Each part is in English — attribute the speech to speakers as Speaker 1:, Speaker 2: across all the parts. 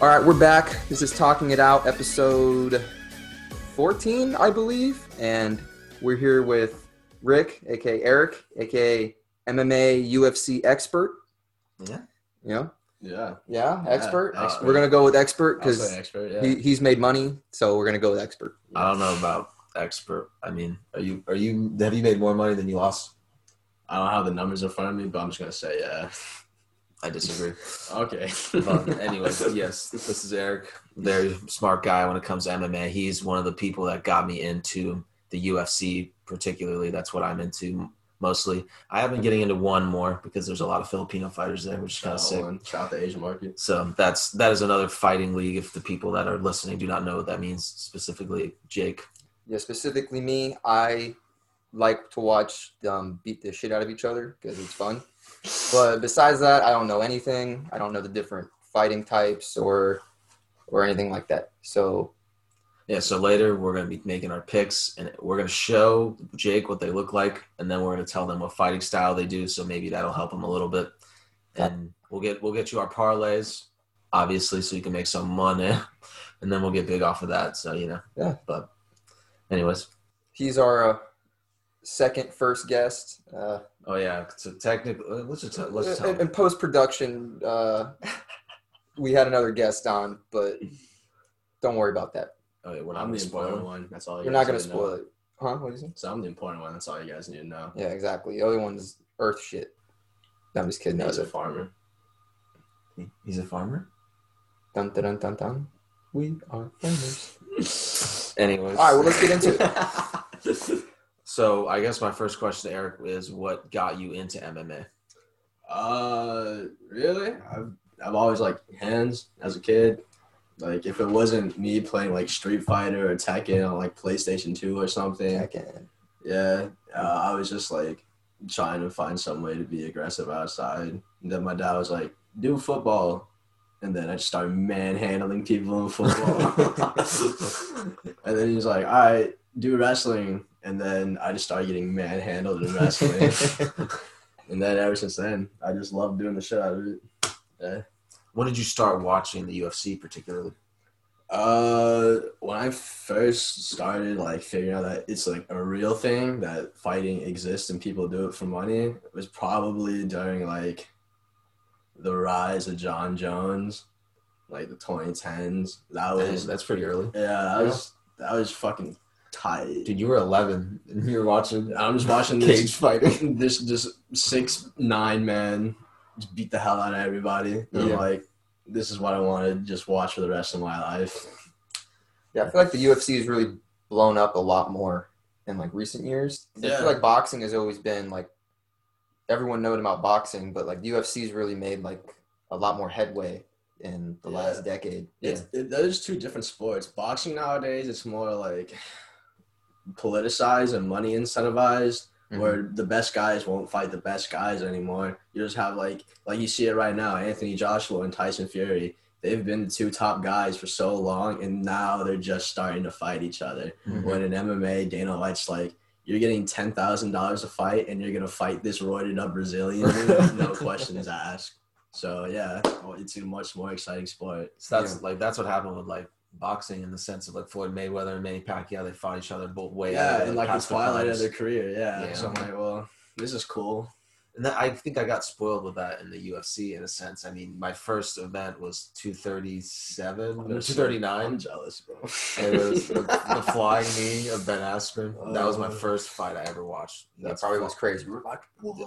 Speaker 1: All right, we're back. This is Talking It Out, episode 14, I believe. And we're here with Rick, aka Eric, aka MMA UFC expert.
Speaker 2: Yeah.
Speaker 1: You know?
Speaker 2: Yeah.
Speaker 1: Yeah,
Speaker 2: Yeah,
Speaker 1: expert.
Speaker 2: expert.
Speaker 1: We're going to go with expert
Speaker 2: I was
Speaker 1: because
Speaker 2: an expert. Yeah.
Speaker 1: he, he's made money. So we're going to go with expert.
Speaker 2: I don't know about expert. I mean, are you are you have you made more money than you lost?
Speaker 3: I don't have the numbers in front of me, but I'm just gonna say yeah.
Speaker 2: I disagree.
Speaker 3: Okay.
Speaker 2: but anyway, yes, this is Eric. Very smart guy when it comes to MMA. He's one of the people that got me into the UFC, particularly. That's what I'm into mostly. I have been getting into one more because there's a lot of Filipino fighters there, which is kind of
Speaker 3: Shout out
Speaker 2: sick.
Speaker 3: one. Shout out the Asian market.
Speaker 2: So that's that is another fighting league. If the people that are listening do not know what that means specifically, Jake.
Speaker 1: Yeah, specifically me. I like to watch um, beat the shit out of each other because it's fun. But besides that, I don't know anything. I don't know the different fighting types or or anything like that. So
Speaker 2: Yeah, so later we're going to be making our picks and we're going to show Jake what they look like and then we're going to tell them what fighting style they do so maybe that'll help them a little bit. And we'll get we'll get you our parlays obviously so you can make some money and then we'll get big off of that so you know.
Speaker 1: Yeah.
Speaker 2: But anyways,
Speaker 1: he's our uh, second first guest. Uh,
Speaker 2: oh yeah, so technically let's just tell, let's tell
Speaker 1: in, in post production, uh, we had another guest on, but don't worry about that.
Speaker 2: Oh, yeah, we're not
Speaker 3: I'm
Speaker 2: going
Speaker 3: the
Speaker 2: to
Speaker 3: important
Speaker 2: spoil.
Speaker 3: one. That's all. You
Speaker 1: We're
Speaker 3: guys
Speaker 1: not gonna
Speaker 3: need to know.
Speaker 1: spoil it, huh? What did you say?
Speaker 3: So I'm the important one. That's all you guys need to know.
Speaker 1: Yeah, exactly. The other one's Earth shit. No, I'm just kidding. That
Speaker 3: He's
Speaker 1: was
Speaker 3: a
Speaker 1: it.
Speaker 3: farmer.
Speaker 2: it. He's a farmer.
Speaker 1: Dun dun dun dun dun. We are famous.
Speaker 2: Anyways.
Speaker 1: All right, well let's get into it.
Speaker 2: so I guess my first question to Eric is what got you into MMA?
Speaker 3: uh, really? I've I've always liked hands as a kid. Like if it wasn't me playing like Street Fighter or Tekken on like PlayStation Two or something,
Speaker 1: I can.
Speaker 3: Yeah, uh, I was just like trying to find some way to be aggressive outside. And then my dad was like, "Do football," and then I just started manhandling people in football. and then he was like, "All right, do wrestling," and then I just started getting manhandled in wrestling. and then ever since then, I just love doing the shit out of it.
Speaker 2: When did you start watching the UFC particularly?
Speaker 3: Uh, when I first started like figuring out that it's like a real thing that fighting exists and people do it for money it was probably during like the rise of John Jones, like the 2010s. That was
Speaker 2: that's pretty early.
Speaker 3: yeah, that was that was fucking tight.
Speaker 2: Dude, you were 11 and you were watching
Speaker 3: I'm just watching
Speaker 2: cage
Speaker 3: this
Speaker 2: fighting.
Speaker 3: this just six nine man just beat the hell out of everybody. And I'm
Speaker 2: Yeah.
Speaker 3: like, this is what I want to just watch for the rest of my life.
Speaker 1: Yeah, I feel like the UFC has really blown up a lot more in like recent years. 'Cause I
Speaker 3: Yeah.
Speaker 1: feel like boxing has always been like everyone known about boxing, but like UFC's really made like a lot more headway in the
Speaker 3: Yeah.
Speaker 1: last decade.
Speaker 3: It's, it, those two different sports. Boxing nowadays, it's more like politicized and money incentivized,
Speaker 1: Mhm.
Speaker 3: where the best guys won't fight the best guys anymore. You just have like like you see it right now. Anthony Joshua and Tyson Fury. They've been the two top guys for so long, and now they're just starting to fight each other.
Speaker 1: Mhm.
Speaker 3: When in MMA, Dana White's like, "You're getting ten thousand dollars a fight, and you're gonna fight this roided up Brazilian, no questions asked." So yeah, it's a much more exciting sport.
Speaker 2: So that's like that's what happened with like boxing in the sense of like Floyd Mayweather and Manny Pacquiao. They fought each other both way out of
Speaker 3: yeah,
Speaker 2: their
Speaker 3: and like the
Speaker 2: past
Speaker 3: twilight of
Speaker 2: lives.
Speaker 3: their career. Yeah.
Speaker 2: Yeah.
Speaker 3: So I'm like, well, this is cool.
Speaker 2: and that, I think I got spoiled with that in the UFC in a sense. I mean, my first event was 237,
Speaker 3: I'm
Speaker 2: or
Speaker 3: just-
Speaker 2: 239.
Speaker 3: I'm jealous, bro.
Speaker 2: It was the, the flying knee of Ben Askren. that was my
Speaker 3: Oh.
Speaker 2: first fight I ever watched.
Speaker 1: that probably was crazy.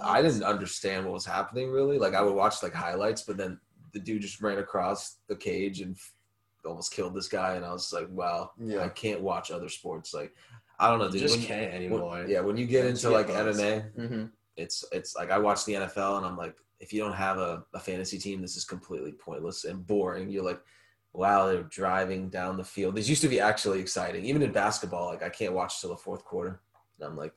Speaker 2: I didn't understand what was happening really. Like I would watch like highlights, but then the dude just ran across the cage and f- almost killed this guy, and I was like, wow, I
Speaker 1: Yeah.
Speaker 2: can't watch other sports. Like I don't know,
Speaker 3: You
Speaker 2: dude.
Speaker 3: just
Speaker 2: when-
Speaker 3: can't
Speaker 2: when-
Speaker 3: anymore.
Speaker 2: yeah, when you get
Speaker 3: Yeah,
Speaker 2: into
Speaker 3: it's
Speaker 2: like
Speaker 3: getting
Speaker 2: MMA,
Speaker 1: hmm
Speaker 2: it's it's like I watch the NFL and I'm like, if you don't have a, a fantasy team, this is completely pointless and boring. You're like, wow, they're driving down the field. These used to be actually exciting. Even in basketball, like I can't watch till the fourth quarter. And I'm like,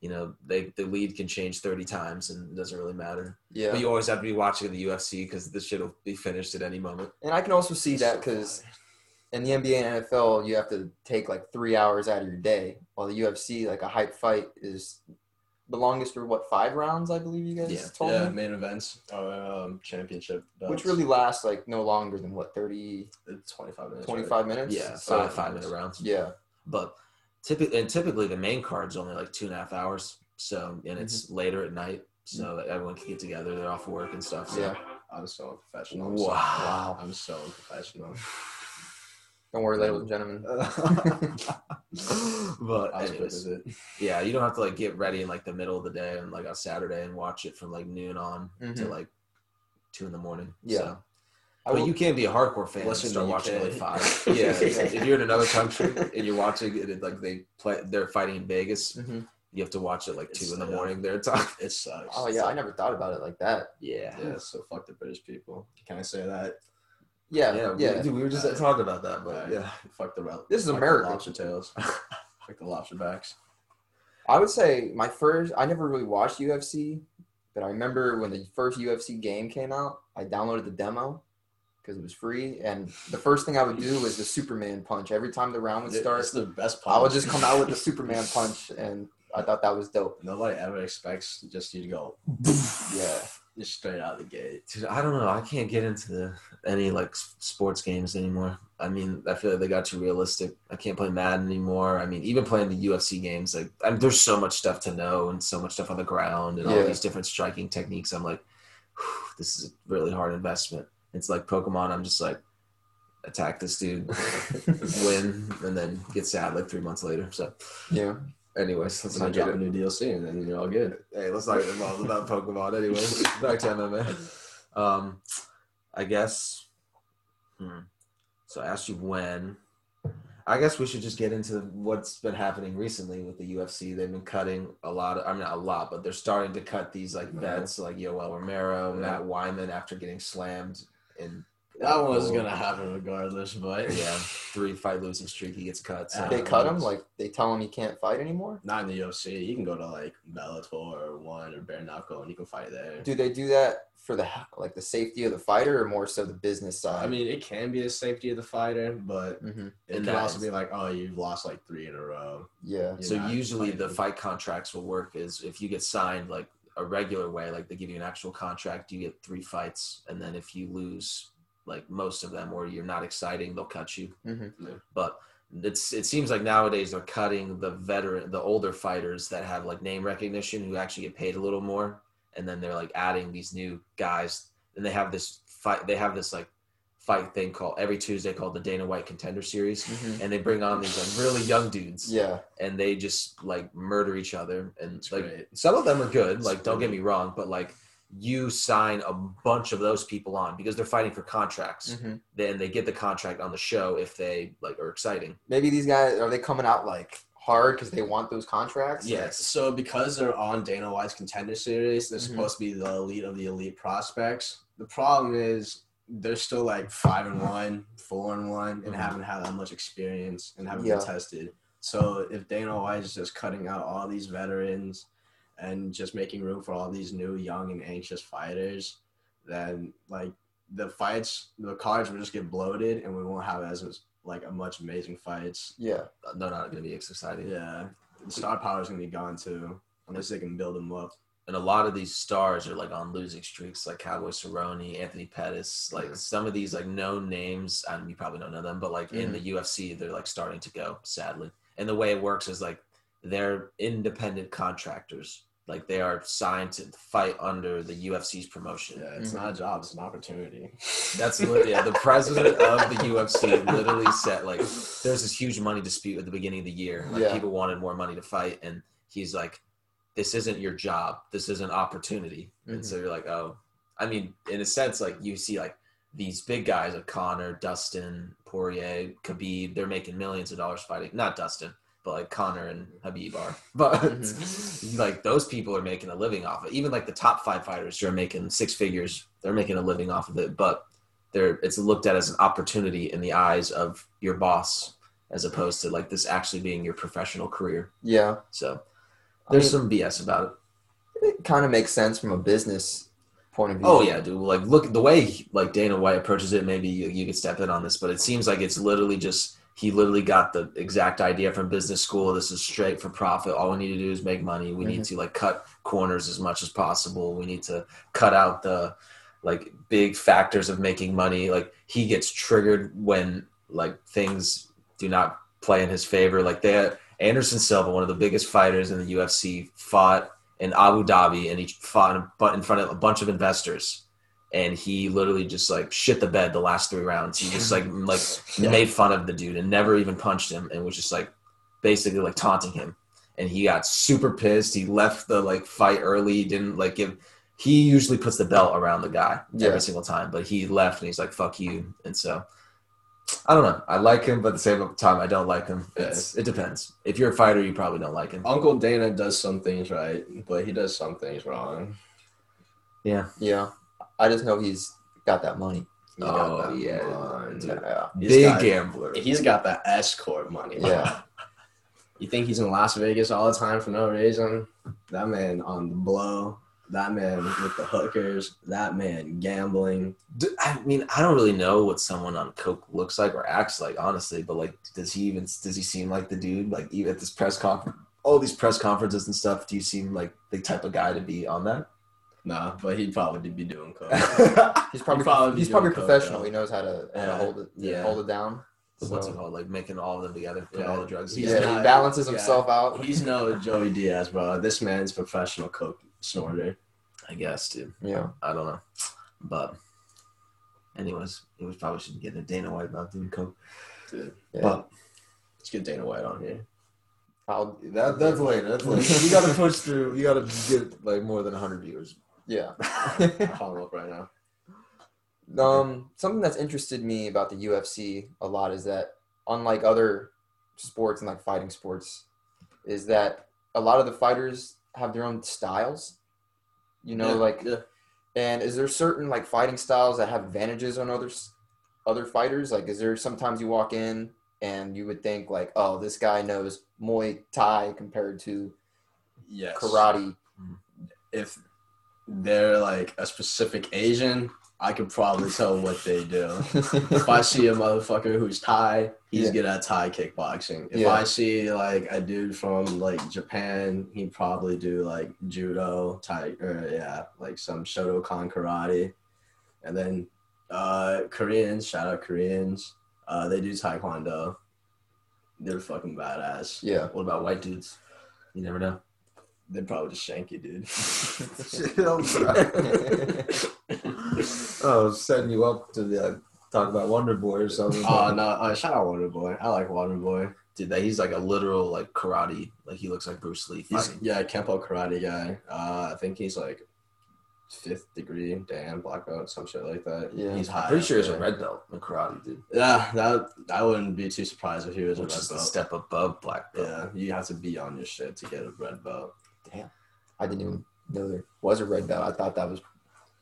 Speaker 2: you know, they the lead can change 30 times and it doesn't really matter.
Speaker 1: Yeah.
Speaker 2: But you always have to be watching the UFC because this shit will be finished at any moment.
Speaker 1: And I can also see that because in the NBA and NFL, you have to take like three hours out of your day, while the UFC, like a hype fight, is the longest were what five rounds? I believe you guys
Speaker 2: Yeah.
Speaker 1: told
Speaker 3: yeah,
Speaker 1: me,
Speaker 3: main events, uh, um, championship.
Speaker 1: which
Speaker 3: bouts.
Speaker 1: really lasts like no longer than what 30,
Speaker 3: It's 25 minutes. right?
Speaker 1: 25 minutes.
Speaker 2: Yeah,
Speaker 1: So-
Speaker 2: five five minute rounds.
Speaker 1: Yeah,
Speaker 2: But typically, and typically the main card's only like two and a half hours. So and it's later at night, so that everyone can get together. They're off work and stuff. So.
Speaker 1: yeah.
Speaker 3: I'm so unprofessional. I'm
Speaker 2: Wow.
Speaker 3: So, I'm so unprofessional.
Speaker 1: Don't worry, ladies and gentlemen.
Speaker 2: but
Speaker 3: I was good
Speaker 2: anyways,
Speaker 3: with it.
Speaker 2: yeah, you don't have to like get ready in like the middle of the day and like on Saturday and watch it from like noon on to
Speaker 1: Mhm.
Speaker 2: like two in the morning.
Speaker 1: Yeah.
Speaker 2: So.
Speaker 1: I
Speaker 2: But
Speaker 1: will-
Speaker 2: you can be a hardcore fan and
Speaker 3: Unless you're
Speaker 2: start
Speaker 3: in the
Speaker 2: watching
Speaker 3: UK.
Speaker 2: like five. yeah, if you're in another country and you're watching it, and, like they play, they're fighting in Vegas.
Speaker 1: Mhm.
Speaker 2: You have to watch it like two
Speaker 3: It's,
Speaker 2: in the
Speaker 3: yeah.
Speaker 2: morning their time.
Speaker 3: It sucks.
Speaker 1: Oh yeah, I never thought about it like that.
Speaker 2: Yeah.
Speaker 3: Yeah, so fuck the British people. Can I say that?
Speaker 1: Yeah,
Speaker 2: Yeah,
Speaker 1: yeah.
Speaker 2: We, dude, we were just talking about that, but
Speaker 3: Alright.
Speaker 2: yeah,
Speaker 3: Fuck the rel-
Speaker 1: This is
Speaker 3: fuck the
Speaker 1: America.
Speaker 3: lobster tails. fuck the lobster backs.
Speaker 1: I would say my first. I never really watched UFC, but I remember when the first UFC game came out. I downloaded the demo because it was free, and the first thing I would do was the Superman punch. Every time the round would
Speaker 3: Dude,
Speaker 1: start,
Speaker 3: It's the best punch.
Speaker 1: I would just come out with the Superman punch, and I thought that was dope.
Speaker 3: Nobody ever expects just you to go
Speaker 1: Yeah,
Speaker 3: just straight out the gate.
Speaker 2: dude, I don't know. I can't get into the, any like s- sports games anymore. I mean, I feel like they got too realistic. I can't play Madden anymore. I mean, even playing the UFC games, like I mean, there's so much stuff to know and so much stuff on the ground and all
Speaker 1: Yeah.
Speaker 2: these different striking techniques. I'm like, "Whew, this is a really hard investment. It's like Pokemon. I'm just like, attack this dude, win, and then get sad like three months later. So,
Speaker 1: yeah.
Speaker 2: anyways, let's
Speaker 3: And then
Speaker 2: not
Speaker 3: drop
Speaker 2: get
Speaker 3: a
Speaker 2: it.
Speaker 3: new DLC and then you're all good.
Speaker 2: Hey, let's not get involved about Pokemon anyway. Back to MMA. Um, I guess. Hmm. So I asked you when. I guess we should just get into what's been happening recently with the UFC. They've been cutting a lot. Of, I mean, not a lot, but they're starting to cut these
Speaker 1: Mm-hmm.
Speaker 2: like vets like Yoel Romero,
Speaker 3: Yeah.
Speaker 2: Matt Wyman after getting slammed in
Speaker 3: That one was gonna happen regardless, but
Speaker 2: yeah three fight losing streak. He gets cut. So.
Speaker 1: They cut him like they tell him he can't fight anymore.
Speaker 3: not in the UFC. You can go to like Bellator or one or Bare Knuckle and you can fight there.
Speaker 1: Do they do that for the like the safety of the fighter, or more so the business side?
Speaker 3: I mean, it can be the safety of the fighter, but
Speaker 1: hmm
Speaker 2: And
Speaker 3: it can
Speaker 2: that
Speaker 3: also
Speaker 2: is-
Speaker 3: be like, oh, you've lost like three in a row.
Speaker 1: yeah,
Speaker 3: You're
Speaker 2: So
Speaker 3: not
Speaker 2: usually the
Speaker 3: fighting.
Speaker 2: fight contracts will work is if you get signed like a regular way, like they give you an actual contract, you get three fights, and then if you lose like most of them or you're not exciting, they'll cut you.
Speaker 1: hmm
Speaker 2: But it's it seems like nowadays they're cutting the veteran, the older fighters that have like name recognition who actually get paid a little more, and then they're like adding these new guys, and they have this fight, they have this like fight thing called every Tuesday called the Dana White Contender Series,
Speaker 1: hmm
Speaker 2: and they bring on these like really young dudes
Speaker 1: yeah,
Speaker 2: and they just like murder each other and
Speaker 3: It's
Speaker 2: like
Speaker 3: great.
Speaker 2: some of them are good
Speaker 3: It's
Speaker 2: like don't get
Speaker 3: great.
Speaker 2: me wrong but like you sign a bunch of those people on because they're fighting for contracts
Speaker 1: hmm
Speaker 2: then they get the contract on the show if they like are exciting
Speaker 1: maybe these guys are they coming out like hard because they want those contracts?
Speaker 2: yes
Speaker 3: So because they're on Dana White's contender series, they're
Speaker 1: Mhm.
Speaker 3: supposed to be the elite of the elite prospects. The problem is they're still like five and one, four and one, and
Speaker 2: Mhm.
Speaker 3: haven't had that much experience and haven't
Speaker 1: Yeah.
Speaker 3: been tested. So if Dana White is just cutting out all these veterans and just making room for all these new, young, and anxious fighters, then like the fights, the cards will just get bloated, and we won't have as like a much amazing fights.
Speaker 1: Yeah.
Speaker 2: they're not going to be exciting
Speaker 3: Yeah, the star power is gonna be gone too, unless they can build them up.
Speaker 2: and a lot of these stars are like on losing streaks like cowboy Cerrone, anthony pettis like
Speaker 1: Mhm.
Speaker 2: some of these like known names and you probably don't know them but like in
Speaker 1: Mhm.
Speaker 2: the ufc they're like starting to go sadly and the way it works is like they're independent contractors like they are signed to fight under the ufc's promotion
Speaker 3: Yeah, it's
Speaker 1: Mhm.
Speaker 3: not a job; it's an opportunity.
Speaker 2: that's lit- yeah. The president of the UFC literally said like, there's this huge money dispute at the beginning of the year. Like
Speaker 1: Yeah.
Speaker 2: people wanted more money to fight, and he's like, "This isn't your job. This is an opportunity." And so you're like, "Oh, I mean, in a sense, like you see like these big guys like Connor, Dustin, Poirier, Khabib. They're making millions of dollars fighting. Not Dustin, but like Connor and Habib are. But like those people are making a living off it. Even like the top five fighters who are making six figures, they're making a living off of it. But they're it's looked at as an opportunity in the eyes of your boss, as opposed to like this actually being your professional career.
Speaker 1: Yeah.
Speaker 2: So
Speaker 1: I
Speaker 2: there's
Speaker 1: mean,
Speaker 2: some BS about it.
Speaker 1: it kind of makes sense from a business point of view.
Speaker 2: Oh yeah, dude. Like look the way like Dana White approaches it. Maybe you, you could step in on this, but it seems like it's literally just he literally got the exact idea from business school. This is straight for profit. All we need to do is make money. We need to like cut corners as much as possible. We need to cut out the like big factors of making money. Like he gets triggered when like things do not play in his favor. Like they Anderson Silva, one of the biggest fighters in the UFC, fought in Abu Dhabi and he fought in bu- in front of a bunch of investors. And he literally just like shit the bed the last three rounds. He just like like made fun of the dude and never even punched him and was just like basically like taunting him. And he got super pissed. He left the like fight early. He didn't like give. He usually puts the belt around the guy
Speaker 1: Yeah.
Speaker 2: every single time, but he left and he's like fuck you. And so I don't know. I like him, but at the same time I don't like him.
Speaker 3: Yeah.
Speaker 2: It's, it depends. If you're a fighter, you probably don't like him.
Speaker 3: Uncle Dana does some things right, but he does some things wrong.
Speaker 2: Yeah.
Speaker 1: Yeah, I just know he's got that money.
Speaker 3: He's got
Speaker 2: Oh,
Speaker 3: that
Speaker 2: yeah.
Speaker 3: mind.
Speaker 2: Dude.
Speaker 1: Yeah.
Speaker 3: He's
Speaker 2: Big
Speaker 3: got-
Speaker 2: gambler.
Speaker 3: He's got that escort money.
Speaker 1: Yeah.
Speaker 3: you think he's in Las Vegas all the time for no reason? That man on the blow. That man with the hookers. That man gambling.
Speaker 2: D- I mean, I don't really know what someone on coke looks like or acts like, honestly. But like, does he even does he seem like the dude? Like, even at this press conference, all these press conferences and stuff. Do you seem like the type of guy to be on that?
Speaker 3: Nah, but he'd probably be doing coke.
Speaker 1: He's probably,
Speaker 3: He'd probably be
Speaker 1: he's probably
Speaker 3: doing coke,
Speaker 1: professional.
Speaker 3: though.
Speaker 1: He knows how to, how to
Speaker 3: Yeah.
Speaker 1: hold it
Speaker 3: Yeah.
Speaker 1: hold it down.
Speaker 2: What's it
Speaker 1: So,
Speaker 2: called? Like making all of them together, put
Speaker 3: Yeah.
Speaker 2: all the drugs
Speaker 3: He's
Speaker 1: yeah,
Speaker 2: together.
Speaker 1: he
Speaker 3: not-
Speaker 1: balances
Speaker 3: yeah.
Speaker 1: himself out.
Speaker 3: he's no Joey Diaz, bro. This man's professional coke snorter.
Speaker 2: I guess, dude.
Speaker 1: Yeah,
Speaker 2: I don't know, but anyways, it was probably should get a Dana White about doing coke.
Speaker 3: Dude,
Speaker 1: yeah.
Speaker 2: But
Speaker 3: let's get Dana White on here.
Speaker 1: I'll,
Speaker 2: that that's later. That's later. you gotta push through. You gotta get like more than hundred viewers.
Speaker 1: yeah.
Speaker 3: I'll call him up right now.
Speaker 1: Um, something that's interested me about the UFC a lot is that, unlike other sports and like fighting sports, is that a lot of the fighters have their own styles. You know,
Speaker 3: Yeah,
Speaker 1: like,
Speaker 3: yeah.
Speaker 1: and is there certain like fighting styles that have advantages on others, other fighters? Like, is there sometimes you walk in and you would think like, oh, this guy knows Muay Thai compared to
Speaker 3: Yes.
Speaker 1: karate.
Speaker 3: if they're like a specific Asian, I could probably tell what they do. If I see a motherfucker who's Thai, he's
Speaker 1: Yeah.
Speaker 3: good at Thai kickboxing. If
Speaker 1: Yeah.
Speaker 3: I see like a dude from like Japan, he probably do like judo, Thai, or yeah, like some Shotokan karate. And then uh, Koreans, shout out Koreans, uh, they do Taekwondo. They're fucking badass.
Speaker 1: yeah.
Speaker 2: What about white dudes? You never know.
Speaker 3: They're probably just shanky, dude.
Speaker 2: oh, setting you up to the, talk about Wonder Boy or something.
Speaker 3: Oh no! Uh, shout out Waterboy. I like Waterboy.
Speaker 2: dude, that he's like a literal like karate. Like he looks like Bruce Lee
Speaker 3: He's
Speaker 2: fighting.
Speaker 3: yeah, Kempo karate guy. Uh, I think he's like fifth degree, Dan black belt, some shit like that.
Speaker 1: Yeah.
Speaker 3: he's high.
Speaker 2: I'm pretty
Speaker 3: up
Speaker 2: sure he's a
Speaker 3: there.
Speaker 2: red belt in karate, dude,
Speaker 3: Yeah, that I wouldn't be too surprised if he was a
Speaker 2: which
Speaker 3: red
Speaker 2: is the
Speaker 3: belt.
Speaker 2: step above black belt.
Speaker 3: Yeah, you have to be on your shit to get a red belt.
Speaker 1: I didn't even know there was a red belt. I thought that was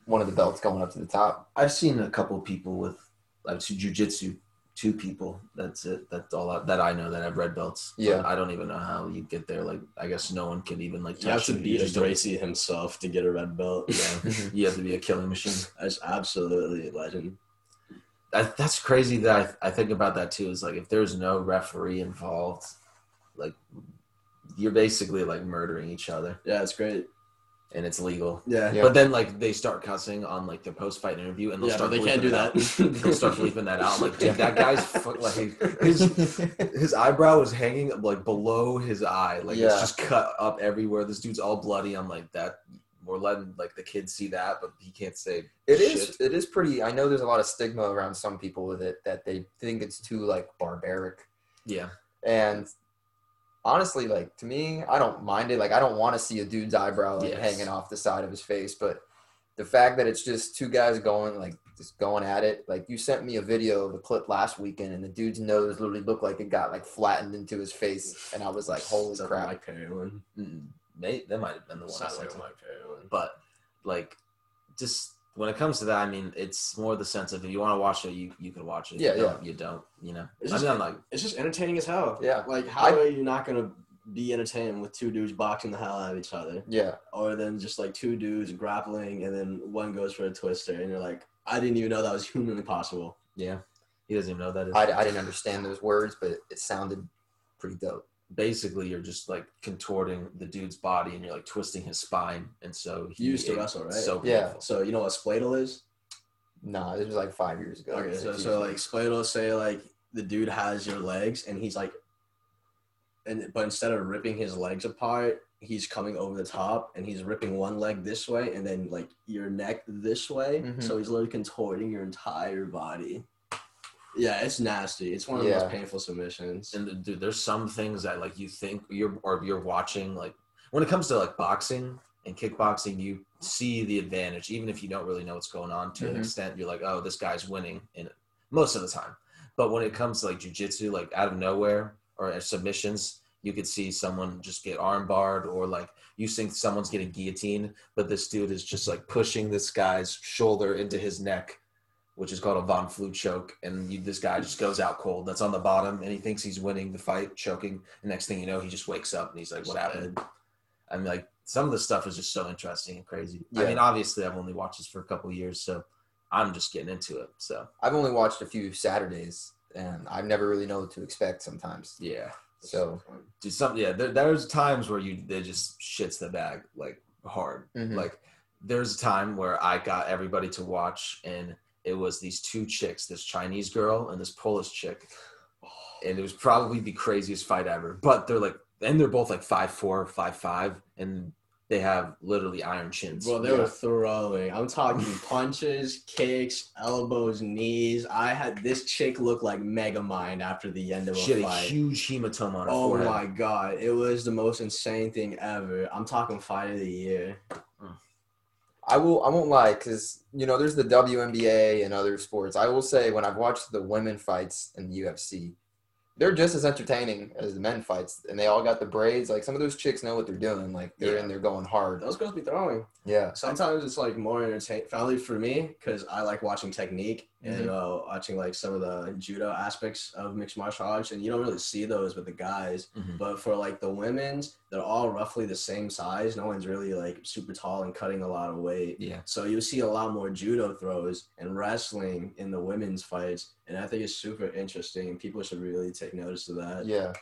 Speaker 1: one of the belts going up to the top.
Speaker 2: I've seen a couple people with like two jujitsu, two people. That's it. That's all I, that I know that have red belts.
Speaker 1: Yeah.
Speaker 2: But I don't even know how you get there. Like I guess no one can even like touch
Speaker 3: You have to
Speaker 2: You
Speaker 3: beat a
Speaker 2: just don't-
Speaker 3: Gracie himself to get a red belt.
Speaker 2: Yeah, you have to be a killing machine.
Speaker 3: That's absolutely a legend.
Speaker 2: I, that's crazy that I, I think about that too. Is like if there's no referee involved, like you're basically like murdering each other,
Speaker 3: Yeah, it's great.
Speaker 2: and it's legal.
Speaker 3: Yeah,
Speaker 1: Yeah.
Speaker 2: But then like they start cussing on like the post fight interview, and they'll
Speaker 3: yeah, but
Speaker 2: start
Speaker 3: they
Speaker 2: bleeping
Speaker 3: can't do
Speaker 2: it out.
Speaker 3: that.
Speaker 2: they'll start bleeping that out. Like dude, that guy's fu- like his his eyebrow was hanging like below his eye, like it's
Speaker 1: Yeah.
Speaker 2: just cut up everywhere. This dude's all bloody. I'm like that. We're letting like the kids see that, but he can't say
Speaker 1: It
Speaker 2: shit.
Speaker 1: is. It is pretty. I know there's a lot of stigma around some people with it that they think it's too like barbaric.
Speaker 2: Yeah,
Speaker 1: And honestly, like to me, I don't mind it. Like I don't want to see a dude's eyebrow like,
Speaker 2: Yes.
Speaker 1: hanging off the side of his face, but the fact that it's just two guys going like just going at it. Like you sent me a video of a clip last weekend, and the dude's nose literally looked like it got like flattened into his face, and I was like, "Holy
Speaker 3: Except for
Speaker 1: crap!"
Speaker 3: Mike Perry one.
Speaker 2: Mm, may, that might have been the one. I
Speaker 3: Sounds
Speaker 2: sent
Speaker 3: like a
Speaker 2: to.
Speaker 3: Mike Perry one.
Speaker 2: but like just when it comes to that, I mean, it's more the sense of if you want to watch it, you you can watch it. If
Speaker 1: Yeah,
Speaker 2: you
Speaker 1: yeah.
Speaker 2: don't, You don't, you know.
Speaker 3: It's
Speaker 2: I mean,
Speaker 3: just-
Speaker 2: I'm like,
Speaker 3: it's just entertaining as hell.
Speaker 1: Yeah.
Speaker 3: Like, how
Speaker 1: I-
Speaker 3: are you not gonna be entertained with two dudes boxing the hell out of each other,
Speaker 1: Yeah,
Speaker 3: or then just like two dudes grappling and then one goes for a twister, and you're like, I didn't even know that was humanly possible.
Speaker 2: yeah, He doesn't even know what that is.
Speaker 1: I, I didn't understand those words, but it sounded pretty dope.
Speaker 2: Basically, you're just like contorting the dude's body and you're like twisting his spine, and so he
Speaker 3: You used to
Speaker 2: it-
Speaker 3: wrestle, right?
Speaker 2: it's So
Speaker 1: Yeah.
Speaker 2: painful.
Speaker 3: so you know what spladle is?
Speaker 1: Nah, this was like five years ago.
Speaker 3: Okay, so,
Speaker 1: Six
Speaker 3: so like
Speaker 1: years
Speaker 3: Spladle, say like the dude has your legs and he's like, and but instead of ripping his legs apart, he's coming over the top and he's ripping one leg this way and then like your neck this way.
Speaker 2: Mm-hmm.
Speaker 1: Mhm.
Speaker 3: So he's literally contorting your entire body. Yeah, it's nasty. It's one of the
Speaker 1: Yeah.
Speaker 3: most painful submissions.
Speaker 2: and th- dude, there's some things that like you think you're or you're watching like when it comes to like boxing and kickboxing, you see the advantage even if you don't really know what's going on to an
Speaker 1: Mhm.
Speaker 2: extent. You're like, oh, this guy's winning, and most of the time. But when it comes to like jujitsu, like out of nowhere or as submissions, you could see someone just get arm barred or like you think someone's getting guillotined, but this dude is just like pushing this guy's shoulder into his neck which is called a von Flue choke, and you, this guy just goes out cold. That's on the bottom, and he thinks he's winning the fight, choking. And next thing you know, he just wakes up and he's like, "What happened?" I'm like, some of the stuff is just so interesting and crazy. I
Speaker 1: Yeah.
Speaker 2: mean, obviously, I've only watched this for a couple of years, so I'm just getting into it. So
Speaker 1: I've only watched a few Saturdays, and I never really know what to expect sometimes.
Speaker 2: yeah,
Speaker 1: So
Speaker 2: dude, some yeah, there, there's times where you they just shits the bag like hard.
Speaker 3: Mm-hmm. Mm.
Speaker 1: mhm.
Speaker 2: Like there's a time where I got everybody to watch and it was these two chicks, this Chinese girl and this Polish chick. And it was probably the craziest fight ever. But they're like and they're both like five four, five five, and they have literally iron chins.
Speaker 3: Well, they were throwing. I'm talking punches, kicks, elbows, knees. I had this chick look like Megamind after the end of a
Speaker 2: she had a
Speaker 3: fight.
Speaker 2: huge hematoma on her
Speaker 3: Oh
Speaker 2: forehead.
Speaker 3: my god, it was the most insane thing ever. I'm talking fight of the year.
Speaker 1: I will. I won't lie, because you know, there's the WNBA and other sports. I will say, when I've watched the women fights in the UFC, they're just as entertaining as the men fights, and they all got the braids. Like some of those chicks know what they're doing. Like they're
Speaker 3: Yeah.
Speaker 1: in there going hard.
Speaker 3: Those girls be throwing.
Speaker 1: Yeah.
Speaker 3: Sometimes it's like more entertaining, probably for me, because I like watching technique and uh, watching like some of the judo aspects of mixed martial arts, and you don't really see those with the guys.
Speaker 2: Mhm.
Speaker 3: But for like the women's, they're all roughly the same size. No one's really like super tall and cutting a lot of weight.
Speaker 2: Yeah.
Speaker 3: So you see a lot more judo throws and wrestling in the women's fights, and I think it's super interesting. People should really take notice of that.
Speaker 1: Yeah.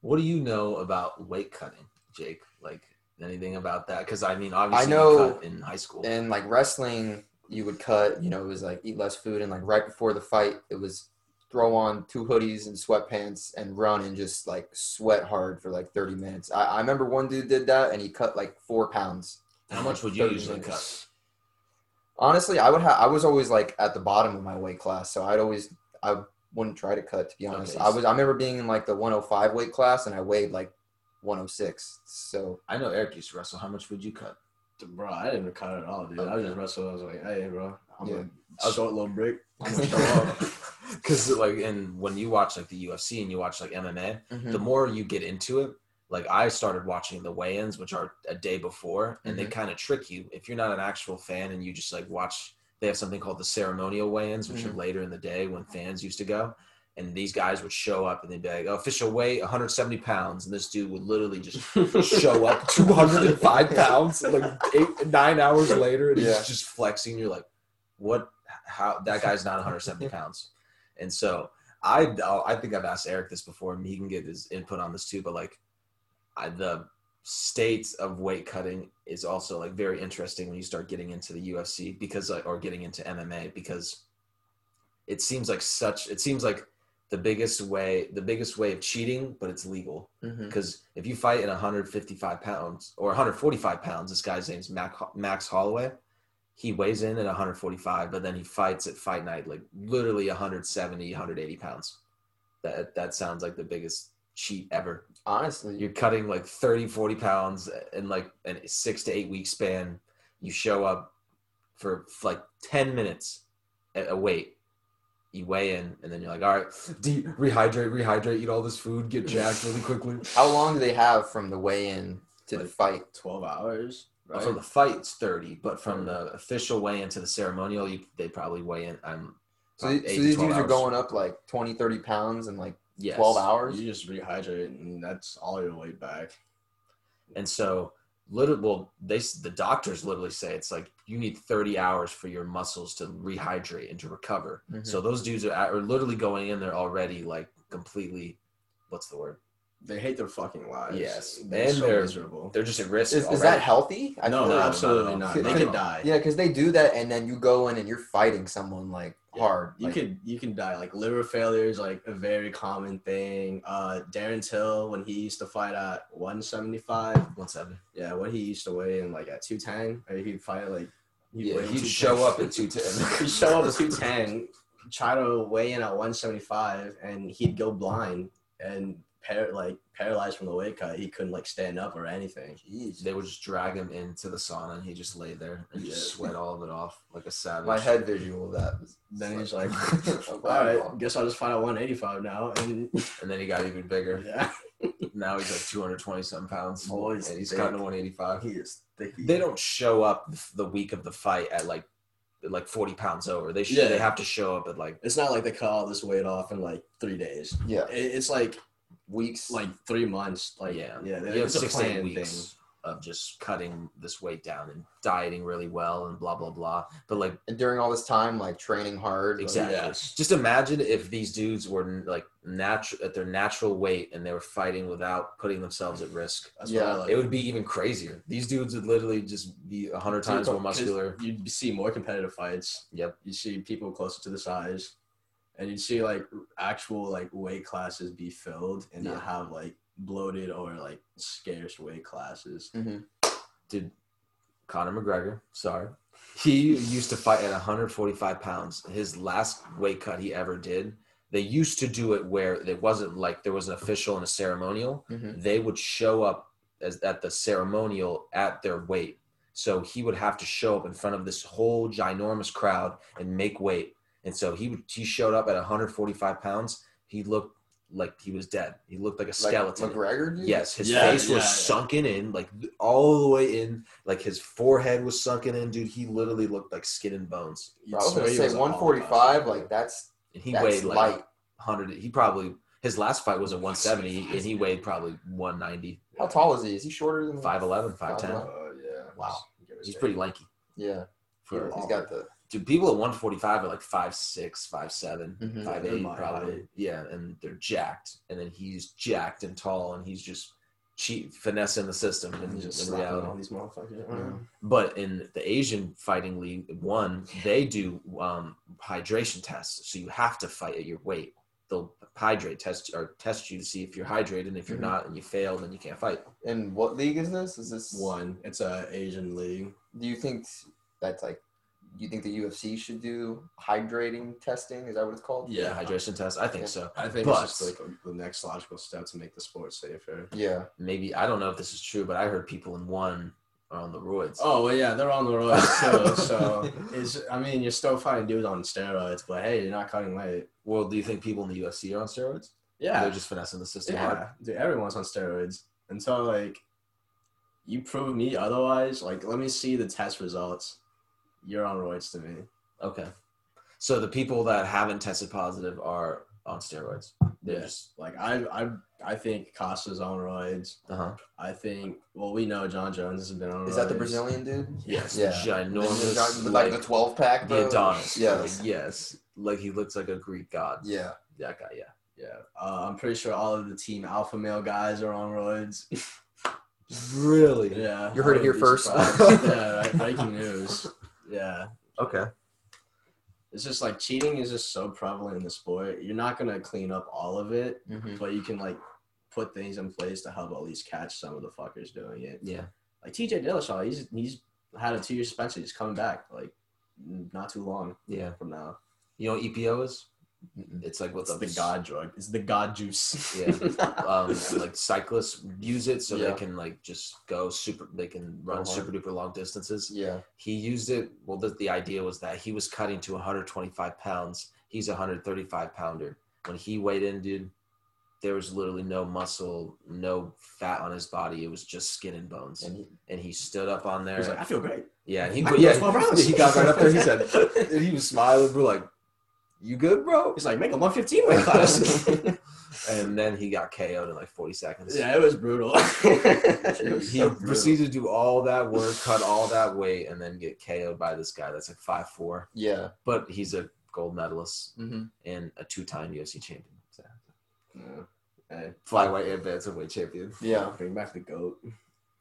Speaker 2: What do you know about weight cutting, Jake? Like anything about that? Because I mean obviously you
Speaker 1: know-
Speaker 2: cut in high school.
Speaker 1: And like wrestling, you would cut. You know, it was like eat less food, and like right before the fight, it was throw on two hoodies and sweatpants and run and just like sweat hard for like 30 minutes. I, I remember one dude did that, and he cut like four pounds.
Speaker 2: How much would you
Speaker 1: Thirty
Speaker 2: usually
Speaker 1: minutes.
Speaker 2: cut?
Speaker 1: Honestly, I would have. I was always like at the bottom of my weight class, so I'd always I wouldn't try to cut. To be honest,
Speaker 2: Okay.
Speaker 1: I was. I remember being in like the 105 weight class, and I weighed like 106. So
Speaker 2: I know Eric used to wrestle. How much would you cut?
Speaker 3: Bro, I didn't cut at all, dude. I was just wrestling. I was like, hey, bro, I'm
Speaker 1: Yeah.
Speaker 3: a short little brick. I'm gonna show up.
Speaker 2: because like and when you watch like the UFC and you watch like MMA, the more you get into it, like I started watching the weigh-ins, which are a day before, and they kind of trick you if you're not an actual fan and you just like watch. They have something called the ceremonial weigh-ins, which are later in the day when fans used to go. And these guys would show up and they'd be like, oh, official weight 170 pounds. And this dude would literally just show up 205 pounds like eight nine hours later and
Speaker 1: Yeah.
Speaker 2: he's just flexing you're like what how that guy's not 170 pounds and so i I'll- i think i've asked eric this before and he can get his input on this too but like I, the state of weight cutting is also like very interesting when you start getting into the ufc because like or getting into mma because it seems like such it seems like the biggest way the biggest way of cheating but it's legal
Speaker 1: Mhm.
Speaker 2: because if you fight in 155 pounds or 145 pounds, this guy's name's Mac, Max Holloway. He weighs in at 145, but then he fights at fight night like literally 170, 180 pounds. That that sounds like the biggest cheat ever.
Speaker 1: honestly,
Speaker 2: You're cutting like 30, 40 pounds in like a six to eight week span. You show up for like 10 minutes at a weight. You weigh in, and then you're like, all right, de- rehydrate, rehydrate, eat all this food, get jacked really quickly.
Speaker 1: how long do they have from the weigh-in to the
Speaker 3: Like-
Speaker 1: fight?
Speaker 3: 12 hours, right?
Speaker 2: From the fight, it's thirty, but from the official weigh in to the ceremonial, you, they probably weigh in. I'm
Speaker 1: So,
Speaker 2: um,
Speaker 1: the- so
Speaker 2: eight to
Speaker 1: these
Speaker 2: 12
Speaker 1: dudes are
Speaker 2: hours.
Speaker 1: going up like 20, 30 pounds in like
Speaker 2: Yes.
Speaker 1: 12 hours.
Speaker 3: You just rehydrate, and that's all your weight back.
Speaker 2: and so literally well they s- the doctors literally say it's like you need 30 hours for your muscles to rehydrate and to recover
Speaker 1: Mhm.
Speaker 2: so those dudes are, at- are literally going in there already like completely what's the word
Speaker 3: They hate their fucking lives.
Speaker 2: Yes.
Speaker 3: They're
Speaker 2: And
Speaker 3: so
Speaker 2: they're-
Speaker 3: miserable.
Speaker 2: they're just at risk
Speaker 1: Is, is
Speaker 2: already.
Speaker 1: that healthy? I
Speaker 3: no,
Speaker 1: feel like-
Speaker 3: absolutely not.
Speaker 2: no,
Speaker 3: They
Speaker 2: no.
Speaker 3: could die.
Speaker 1: Yeah, because they do that, and then you go in and you're fighting someone like
Speaker 3: Yeah.
Speaker 1: hard.
Speaker 3: You
Speaker 1: like-
Speaker 3: could you can die. Like liver failure is like a very common thing. Uh Darren Till when he used to fight at 175,
Speaker 2: what's happening
Speaker 3: yeah, what he used to weigh in like at 210, or he'd fight like he'd
Speaker 2: yeah
Speaker 3: weigh in
Speaker 2: you
Speaker 3: 210.
Speaker 2: show up at 210
Speaker 3: he'd show up at 210, try to weigh in at 175, and he'd go blind and par- like paralyzed from the weight cut. He couldn't like stand up or anything.
Speaker 2: they would just drag him into the sauna and he just lay there and just
Speaker 3: Yeah.
Speaker 2: sweat all of it off like a savage
Speaker 1: my head visual of that. Was,
Speaker 3: Then he's like,
Speaker 1: Oh,
Speaker 3: All
Speaker 1: wow.
Speaker 3: right, guess I'll just fight at 185 now. And
Speaker 2: and then he got even bigger
Speaker 3: yeah,
Speaker 2: now he's like 220 something pounds
Speaker 3: Oh, he's
Speaker 2: and he's
Speaker 3: big.
Speaker 2: gotten to 185
Speaker 3: he is thick.
Speaker 2: they don't show up the week of the fight at like like 40 pounds over they should
Speaker 3: Yeah.
Speaker 2: they have to show up at like
Speaker 3: It's not like they cut all this weight off in like three days.
Speaker 1: yeah,
Speaker 3: It- It's like
Speaker 1: weeks.
Speaker 3: like three months. Like
Speaker 2: yeah
Speaker 3: yeah,
Speaker 2: you have
Speaker 3: it's a
Speaker 2: six to eight
Speaker 3: plan
Speaker 2: weeks
Speaker 3: thing.
Speaker 2: of just cutting this weight down and dieting really well and blah blah blah but like
Speaker 1: and during all this time, like training hard. like-
Speaker 2: Exactly.
Speaker 3: Yes.
Speaker 2: just imagine if these dudes were like natural at their natural weight and they were fighting without putting themselves at risk
Speaker 3: That's what I
Speaker 1: Yeah,
Speaker 3: like.
Speaker 2: it would be even crazier these dudes would literally just be 100 times more
Speaker 3: 'Cause
Speaker 2: muscular
Speaker 3: You'd see more competitive fights.
Speaker 2: yep
Speaker 3: You see people closer to the size, and you'd see like actual like weight classes be filled and
Speaker 2: Yeah.
Speaker 3: not have like bloated or like scarce weight classes.
Speaker 1: Mhm.
Speaker 2: dude conor mcgregor sorry he used to fight at 145 pounds his last weight cut he ever did they used to do it where it wasn't like there was an official and a ceremonial
Speaker 1: Mhm.
Speaker 2: they would show up as at the ceremonial at their weight so he would have to show up in front of this whole ginormous crowd and make weight and so he would he showed up at 145 pounds he looked like he was dead he looked like a
Speaker 1: Like
Speaker 2: skeleton
Speaker 1: McGregor. Dude?
Speaker 2: Yes, his
Speaker 3: Yeah,
Speaker 2: face
Speaker 3: yeah,
Speaker 2: was
Speaker 3: yeah.
Speaker 2: sunken in, like all the way in. Like his forehead was sunken in, dude. He literally looked like skin and bones.
Speaker 1: I was gonna say 145. Like that's
Speaker 2: And he
Speaker 1: that's
Speaker 2: weighed like
Speaker 1: light.
Speaker 2: 100. He probably, his last fight was at 170, and he weighed probably 190,
Speaker 1: How tall is he? Is he shorter than
Speaker 2: 5'11, 5'10.
Speaker 1: 5'11.
Speaker 3: Oh yeah.
Speaker 1: Wow.
Speaker 2: He's pretty lanky.
Speaker 1: Yeah,
Speaker 2: For,
Speaker 1: he's got the.
Speaker 2: dude, people at 145 are like 5'6, 5'7,
Speaker 1: Mhm.
Speaker 2: 5'8,
Speaker 3: My
Speaker 2: probably.
Speaker 3: height.
Speaker 2: Yeah, and they're jacked. And then he's jacked and tall, and he's just cheat, finessing the system in,
Speaker 3: And just
Speaker 2: in
Speaker 3: slapping
Speaker 2: reality.
Speaker 3: all these motherfuckers.
Speaker 1: Yeah.
Speaker 2: But in the Asian fighting league one, they do um, hydration tests. So you have to fight at your weight. They'll hydrate test or test you to see if you're hydrated. And if you're
Speaker 1: Mhm.
Speaker 2: not and you fail, then you can't fight.
Speaker 1: And what league is this? Is this
Speaker 3: One, it's a Asian league.
Speaker 1: Do you think that's like? Do you think the UFC should do hydrating testing? Is that what it's called?
Speaker 2: Yeah, hydration test. I think
Speaker 1: Yeah.
Speaker 2: so.
Speaker 3: I think
Speaker 2: But-
Speaker 3: it's just like the next logical step to make the sport safer.
Speaker 1: Yeah.
Speaker 2: Maybe I don't know if this is true, but I heard people in one are on the roids.
Speaker 3: Oh well, yeah, they're on the road, so so it's. I mean, you're still fighting dudes on steroids, but hey, you're not cutting weight.
Speaker 2: Well, do you think people in the UFC are on steroids?
Speaker 3: Yeah,
Speaker 2: They're just finessing the system hard.
Speaker 3: yeah, dude, everyone's on steroids until like you prove me otherwise. Like, let me see the test results. You're on roids to me.
Speaker 2: Okay. So the people that haven't tested positive are on steroids. They're
Speaker 3: Yeah.
Speaker 2: just
Speaker 3: Like, I I I think Costa's on roids.
Speaker 2: uh huh.
Speaker 3: I think well, we know John Jones has been on.
Speaker 1: Is that the
Speaker 3: roids.
Speaker 1: Brazilian dude?
Speaker 2: Yes,
Speaker 1: Yeah.
Speaker 2: ginormous,
Speaker 1: With, like,
Speaker 2: like,
Speaker 1: the twelve pack.
Speaker 2: the Adonis.
Speaker 1: Yes.
Speaker 2: yes, like he looks like a Greek god.
Speaker 1: Yeah.
Speaker 2: That guy, yeah.
Speaker 3: Yeah, uh, I'm pretty sure all of the team alpha male guys are on roids.
Speaker 2: Really?
Speaker 3: Yeah,
Speaker 1: You heard it
Speaker 3: I
Speaker 1: here
Speaker 3: wouldn't be
Speaker 1: first.
Speaker 3: surprised. yeah, right, breaking news. Yeah,
Speaker 2: Okay.
Speaker 3: it's just like cheating is just so prevalent in the sport. You're not gonna clean up all of it,
Speaker 2: Mm-hmm.
Speaker 1: Mhm.
Speaker 3: but you can like put things in place to help at least catch some of the fuckers doing it.
Speaker 2: Yeah.
Speaker 3: Like T.J. Dillashaw, he's he's had a two-year suspension. He's coming back like not too long
Speaker 2: Yeah.
Speaker 3: from now.
Speaker 2: You know what EPO is? It's like what's
Speaker 3: It's the god drug. It's the god juice.
Speaker 2: Yeah. Um, like cyclists use it so
Speaker 1: Yeah.
Speaker 2: they can like just go super. They can run
Speaker 1: hard.
Speaker 2: super duper long distances.
Speaker 1: Yeah.
Speaker 2: He used it. Well, the, the idea was that he was cutting to 125 pounds. He's a 135 pounder. When he weighed in, dude, there was literally no muscle, no fat on his body. It was just skin and bones.
Speaker 1: And he,
Speaker 2: and he stood up on there.
Speaker 3: He's like, I feel great.
Speaker 2: yeah, and he
Speaker 3: I can
Speaker 2: yeah,
Speaker 3: go 12 rounds.
Speaker 2: he got right up there. He said, and he was smiling. We're like, "You good, bro?"
Speaker 3: He's like, make a 115 weight class.
Speaker 2: and then he got KO'd in like 40 seconds.
Speaker 3: Yeah, it was brutal. it was
Speaker 2: He
Speaker 3: so brutal.
Speaker 2: proceeded to do all that work, cut all that weight, and then get KO'd by this guy that's like five four,
Speaker 1: Yeah.
Speaker 2: but he's a gold medalist
Speaker 1: Mm-hmm.
Speaker 2: and a two time UFC champion. So,
Speaker 3: Yeah. Hey,
Speaker 2: flyweight and bantamweight champion.
Speaker 1: Yeah.
Speaker 3: Bring back the goat.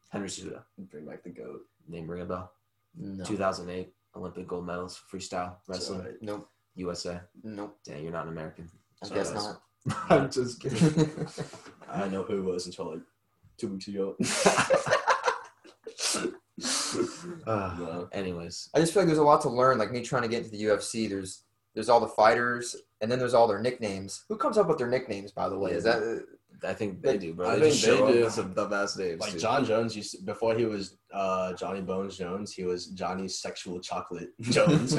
Speaker 2: Henry Cejudo,
Speaker 3: Bring back the goat.
Speaker 2: name ring a bell.
Speaker 1: No.
Speaker 2: 2008 Olympic gold medals, freestyle wrestling,
Speaker 3: So,
Speaker 1: Nope.
Speaker 2: USA.
Speaker 1: Nope.
Speaker 2: Damn, you're not an American.
Speaker 1: I
Speaker 2: So
Speaker 1: guess
Speaker 2: that's-
Speaker 1: not.
Speaker 2: I'm just kidding.
Speaker 3: I didn't know who it was until like two weeks ago.
Speaker 2: Uh,
Speaker 3: No.
Speaker 2: Anyways,
Speaker 1: I just feel like there's a lot to learn. Like me trying to get into the UFC, there's there's all the fighters, and then there's all their nicknames. Who comes up with their nicknames, by the way? Is that
Speaker 2: I think they
Speaker 1: Like,
Speaker 2: do, bro.
Speaker 3: I
Speaker 2: They
Speaker 3: think
Speaker 2: just
Speaker 3: they
Speaker 2: show up
Speaker 3: do.
Speaker 2: with some dumbass names.
Speaker 3: like
Speaker 2: dude.
Speaker 3: John Jones used to, before he was uh, Johnny Bones Jones, he was Johnny Sexual Chocolate Jones.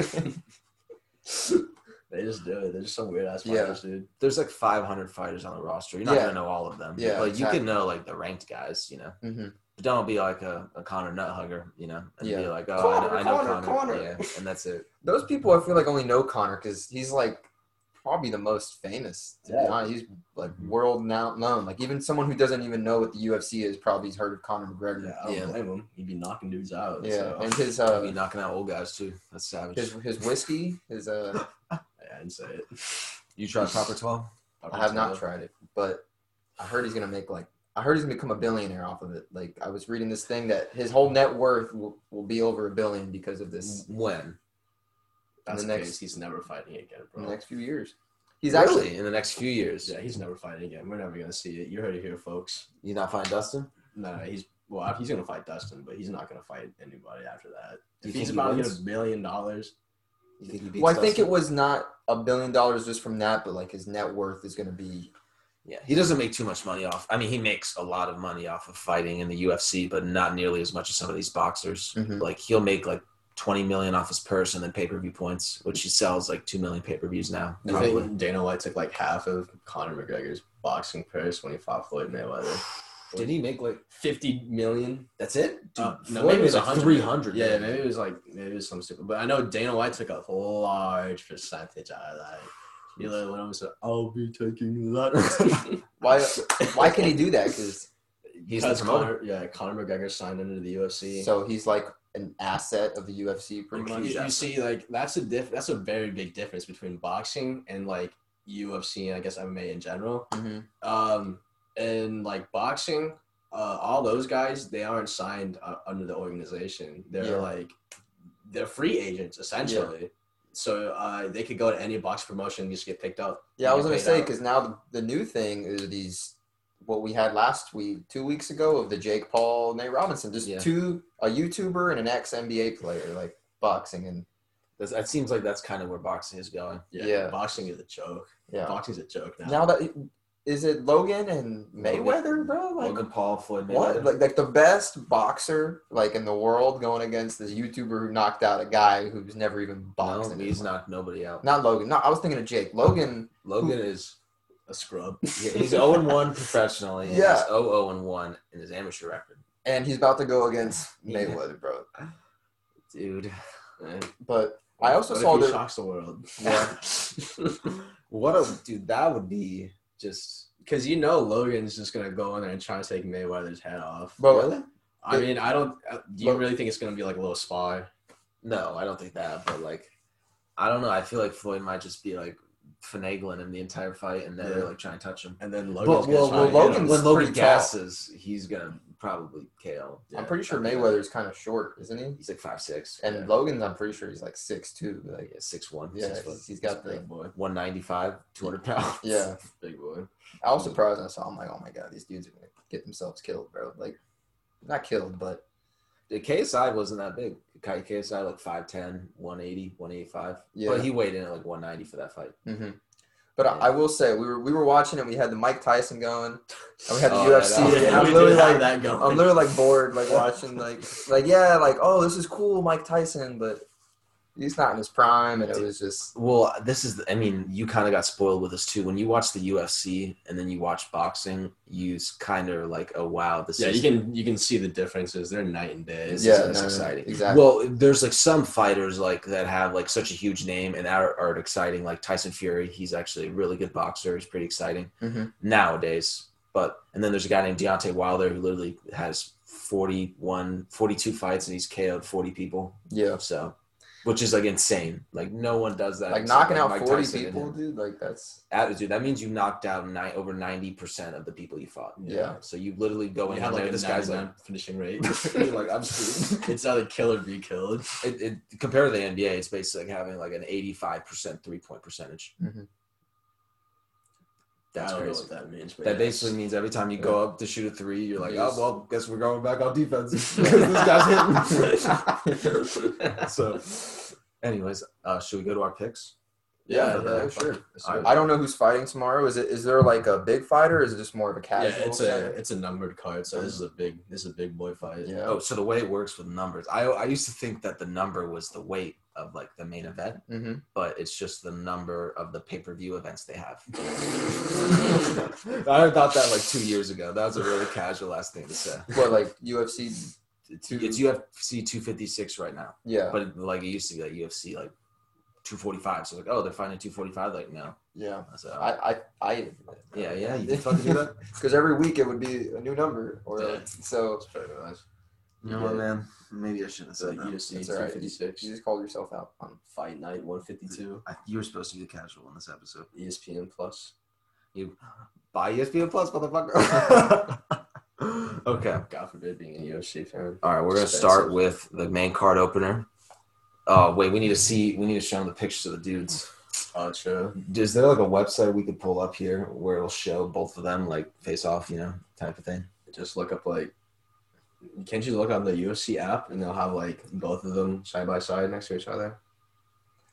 Speaker 3: they just do it. They're just some weird ass
Speaker 1: Yeah.
Speaker 3: fighters, dude.
Speaker 2: There's like 500 fighters on the roster. You're not
Speaker 1: Yeah.
Speaker 2: gonna know all of them.
Speaker 1: Yeah,
Speaker 2: like
Speaker 1: exactly.
Speaker 2: you can know like the ranked guys, you know.
Speaker 1: hmm
Speaker 2: But don't be like a, a Connor Nuthugger, you know, and be
Speaker 1: Yeah.
Speaker 2: like, oh,
Speaker 1: Connor,
Speaker 2: I know, I know
Speaker 1: Connor,
Speaker 2: Connor,
Speaker 1: Connor.
Speaker 2: yeah, and that's it.
Speaker 1: those people? I feel like only know Connor because he's like probably the most famous. To be
Speaker 3: Yeah.
Speaker 1: honest, he's like world now known. Like even someone who doesn't even know what the UFC is probably's heard of Connor
Speaker 3: Yeah,
Speaker 1: McGregor.
Speaker 3: I don't
Speaker 2: Yeah.
Speaker 3: blame him. He'd be knocking dudes out.
Speaker 1: Yeah,
Speaker 3: so.
Speaker 1: and his
Speaker 2: I'd be
Speaker 1: uh,
Speaker 2: knocking out old guys too. That's savage.
Speaker 1: his his whiskey, his uh,
Speaker 3: Yeah, I didn't say it.
Speaker 2: you tried Proper 12?
Speaker 1: I have not tried it, but I heard he's gonna make like I heard he's gonna become a billionaire off of it. Like I was reading this thing that his whole net worth will, will be over a billion because of
Speaker 3: Mm,
Speaker 1: this
Speaker 2: When?
Speaker 3: That's
Speaker 1: the
Speaker 3: the
Speaker 1: next-
Speaker 3: case. He's never fighting again,
Speaker 1: in
Speaker 3: bro.
Speaker 1: the next few years. He's actually
Speaker 2: in the next few years.
Speaker 3: Yeah, he's never fighting again. We're never gonna see it. You heard it here, folks.
Speaker 2: You not find Dustin?
Speaker 3: No, he's well, he's gonna fight Dustin, but he's not gonna fight anybody after that.
Speaker 2: Do you
Speaker 3: If
Speaker 2: think
Speaker 3: he's
Speaker 2: he
Speaker 3: about to get
Speaker 2: wins?
Speaker 3: a billion dollars,
Speaker 2: You think he beats
Speaker 1: well, I think
Speaker 2: Dustin?
Speaker 1: it was not a billion dollars just from that, but like his net worth is gonna be
Speaker 2: Yeah, he doesn't make too much money off. I mean, he makes a lot of money off of fighting in the UFC, but not nearly as much as some of these boxers.
Speaker 1: Mhm.
Speaker 2: Like he'll make like twenty million off his purse and then pay per view points, which he sells like two million pay per views now.
Speaker 3: you think Dana White took like half of Conor McGregor's boxing purse when he fought Floyd Mayweather.
Speaker 2: Did he make like
Speaker 3: Fifty million?
Speaker 2: that's it?
Speaker 3: Uh, no,
Speaker 2: Floyd
Speaker 3: maybe it was
Speaker 2: made, like,
Speaker 3: 100.
Speaker 2: 300
Speaker 3: Yeah,
Speaker 2: million.
Speaker 3: maybe it was like maybe it was some stupid. But I know Dana White took a large percentage out of that. He like went over and said, "I'll be taking that."
Speaker 1: why why can he do that? Because
Speaker 2: He's the
Speaker 3: Because
Speaker 2: promoter.
Speaker 3: Conor, yeah, Conor McGregor signed under the UFC.
Speaker 1: so he's like an asset of the UFC pretty
Speaker 3: you,
Speaker 1: much.
Speaker 3: you
Speaker 2: Exactly.
Speaker 3: see, like that's a diff. That's a very big difference between boxing and like UFC and I guess MMA in general.
Speaker 1: hmm
Speaker 3: Um, and like boxing, uh, all those guys they aren't signed uh, under the organization. They're
Speaker 1: Yeah.
Speaker 3: like they're free agents essentially. So uh, they could go to any box promotion and just get picked up.
Speaker 1: Yeah, I was gonna
Speaker 3: Paid
Speaker 1: say
Speaker 3: out.
Speaker 1: because now the, the new thing is these what we had last week, two weeks ago, of the Jake Paul, Nate Robinson, just
Speaker 2: Yeah.
Speaker 1: two a YouTuber and an ex NBA player, like boxing and
Speaker 2: That's, that seems like that's kind of where boxing is going.
Speaker 1: Yeah.
Speaker 3: boxing is a joke.
Speaker 1: yeah.
Speaker 3: Boxing's a joke now.
Speaker 1: Now that is it Logan and Mayweather, bro? Like
Speaker 2: Logan Paul, Floyd Mayweather.
Speaker 1: what? Like like the best boxer like in the world going against this YouTuber who knocked out a guy who's never even
Speaker 2: no,
Speaker 1: boxed. in his
Speaker 2: he's
Speaker 1: life.
Speaker 2: knocked nobody out.
Speaker 1: Not Logan. No, I was thinking of Jake. Logan.
Speaker 2: Logan is
Speaker 3: a scrub.
Speaker 2: yeah, he's zero and one professionally.
Speaker 1: Yeah.
Speaker 2: Yeah, he's zero zero and one in his amateur record,
Speaker 1: And he's about to go against
Speaker 2: Yeah.
Speaker 1: Mayweather, bro.
Speaker 2: dude.
Speaker 1: But I also
Speaker 3: What if
Speaker 1: saw
Speaker 3: he
Speaker 1: that-
Speaker 3: shocks the world.
Speaker 1: Yeah.
Speaker 2: what a dude! That would be just.
Speaker 3: Because you know Logan's just gonna go in there and try to take Mayweather's head off.
Speaker 1: bro,
Speaker 3: I mean, I don't. uh, Do you
Speaker 1: But-
Speaker 3: really think it's gonna be like a little spar?
Speaker 2: No, I don't think that. But like, I don't know. I feel like Floyd might just be like finagling him the entire fight, and never
Speaker 3: Yeah.
Speaker 2: like try and touch him.
Speaker 3: And then
Speaker 2: But
Speaker 3: Logan's
Speaker 2: well,
Speaker 3: gonna try
Speaker 2: well
Speaker 3: and hit him.
Speaker 2: Logan,
Speaker 1: Logan's
Speaker 2: when Logan
Speaker 1: pretty tall.
Speaker 2: gasses, he's gonna probably KO.
Speaker 3: Yeah.
Speaker 1: I'm pretty sure
Speaker 2: I think
Speaker 1: Mayweather's kind of short, isn't he?
Speaker 2: He's like five six.
Speaker 1: And
Speaker 2: yeah.
Speaker 1: Logan's, I'm pretty sure he's like six two. Like,
Speaker 2: yeah, six one.
Speaker 1: yeah,
Speaker 2: six
Speaker 1: he's-
Speaker 2: foot.
Speaker 1: he's got the
Speaker 3: big boy,
Speaker 2: One ninety five, two hundred pounds.
Speaker 1: yeah.
Speaker 3: big boy.
Speaker 1: I was surprised when I saw. him, I'm like, oh my god, these dudes are gonna get themselves killed, bro. Like, not killed, but
Speaker 2: The KSI wasn't that big. K- KSI like 5'10, 180, 185.
Speaker 1: Yeah.
Speaker 2: But he weighed in at like 190 for that fight.
Speaker 1: mhm. But I- I will say, we were we were watching it. We had the Mike Tyson going, and we had the
Speaker 2: Oh,
Speaker 1: UFC.
Speaker 2: yeah, that was-
Speaker 1: and I'm
Speaker 3: we
Speaker 1: literally
Speaker 3: did have
Speaker 1: like,
Speaker 3: that going.
Speaker 1: I'm literally like bored, like watching, like, like yeah, like oh, this is cool, Mike Tyson, but he's not in his prime, and it was just
Speaker 2: Well, this is. The, I mean, you kind of got spoiled with this too. When you watch the UFC and then you watch boxing, you kind of like, oh wow, this
Speaker 3: Yeah,
Speaker 2: is
Speaker 3: you can you can see the differences. They're night and day.
Speaker 2: This
Speaker 1: yeah,
Speaker 2: is
Speaker 1: no, no,
Speaker 2: exciting.
Speaker 1: exactly.
Speaker 2: Well, there's like some fighters like that have like such a huge name and are, are exciting. Like Tyson Fury, he's actually a really good boxer. He's pretty exciting
Speaker 1: Mhm.
Speaker 2: nowadays. But and then there's a guy named Deontay Wilder who literally has 41, 42 fights and he's KO'd 40 people.
Speaker 1: yeah,
Speaker 2: So, which is like insane. Like no one does that.
Speaker 1: like
Speaker 2: except,
Speaker 1: knocking out
Speaker 2: Mike
Speaker 1: forty
Speaker 2: Tyson and
Speaker 1: people,
Speaker 2: him.
Speaker 1: dude. Like that's
Speaker 2: Attitude. That means you knocked out nine, over ninety percent of the people you fought.
Speaker 1: Yeah.
Speaker 2: So you literally go in
Speaker 3: you have
Speaker 2: there.
Speaker 3: like a
Speaker 2: this guy's like,
Speaker 3: 99 finishing rate.
Speaker 2: You're like, I'm screwed.
Speaker 3: it's either kill or be killed.
Speaker 2: it, it, compared to the NBA, it's basically like having like an 85% three point percentage.
Speaker 3: Mm-hmm.
Speaker 1: Mhm.
Speaker 2: That's
Speaker 3: I don't
Speaker 2: crazy.
Speaker 3: know what that means. But
Speaker 2: That
Speaker 3: yeah.
Speaker 2: basically means every time you go up to shoot a three, you're like, oh,
Speaker 3: Yes.
Speaker 2: well, guess we're going back on defense. this guy's hitting. so, anyways, uh, should we go to our picks?
Speaker 3: yeah,
Speaker 1: Yeah,
Speaker 3: yeah,
Speaker 1: yeah,
Speaker 3: fuck
Speaker 1: sure.
Speaker 3: it. It's
Speaker 2: Alright.
Speaker 3: good.
Speaker 1: I don't know who's fighting tomorrow. Is it? Is there like a big fight or is it just more of a
Speaker 3: yeah,
Speaker 1: casual?
Speaker 3: it's a it's a numbered card, so this is a big this is a big boy fight.
Speaker 1: yeah.
Speaker 2: Oh, so the way it works with numbers, I, I used to think that the number was the weight of like the main event,
Speaker 1: hmm
Speaker 2: but it's just the number of the pay per view events they have. I thought that like two years ago. That was a really casual ass thing to say.
Speaker 1: What like UFC?
Speaker 2: It's UFC 256 right now,
Speaker 1: Yeah,
Speaker 2: but like it used to be like UFC like 245. So like, oh, they're fighting 245. Like no,
Speaker 1: yeah.
Speaker 2: so
Speaker 1: I, I, I
Speaker 2: yeah, yeah, you can fucking do that.
Speaker 1: Because every week it would be a new number, or
Speaker 3: Yeah.
Speaker 1: so
Speaker 3: That's pretty nice.
Speaker 2: You know what, man? Maybe I shouldn't have
Speaker 3: It's like
Speaker 2: said that.
Speaker 3: UFC
Speaker 1: That's alright.
Speaker 3: 256,
Speaker 1: you just called yourself out. on
Speaker 3: Fight Night E 152,
Speaker 2: I, you were supposed to be casual in this episode.
Speaker 3: ESPN Plus.
Speaker 2: You buy E ESPN Plus, motherfucker. okay.
Speaker 3: God forbid being a UFC fan.
Speaker 2: All right, we're gonna
Speaker 3: Expensive.
Speaker 2: start with the main card opener. Oh wait, we need to see. We need to show them the pictures of the dudes.
Speaker 3: Oh, true.
Speaker 2: Is there like a website we could pull up here where it'll show both of them like face off, you know, type of thing?
Speaker 3: Just look up like. Can't you look on the UFC app and they'll have like both of them side by side next to each other?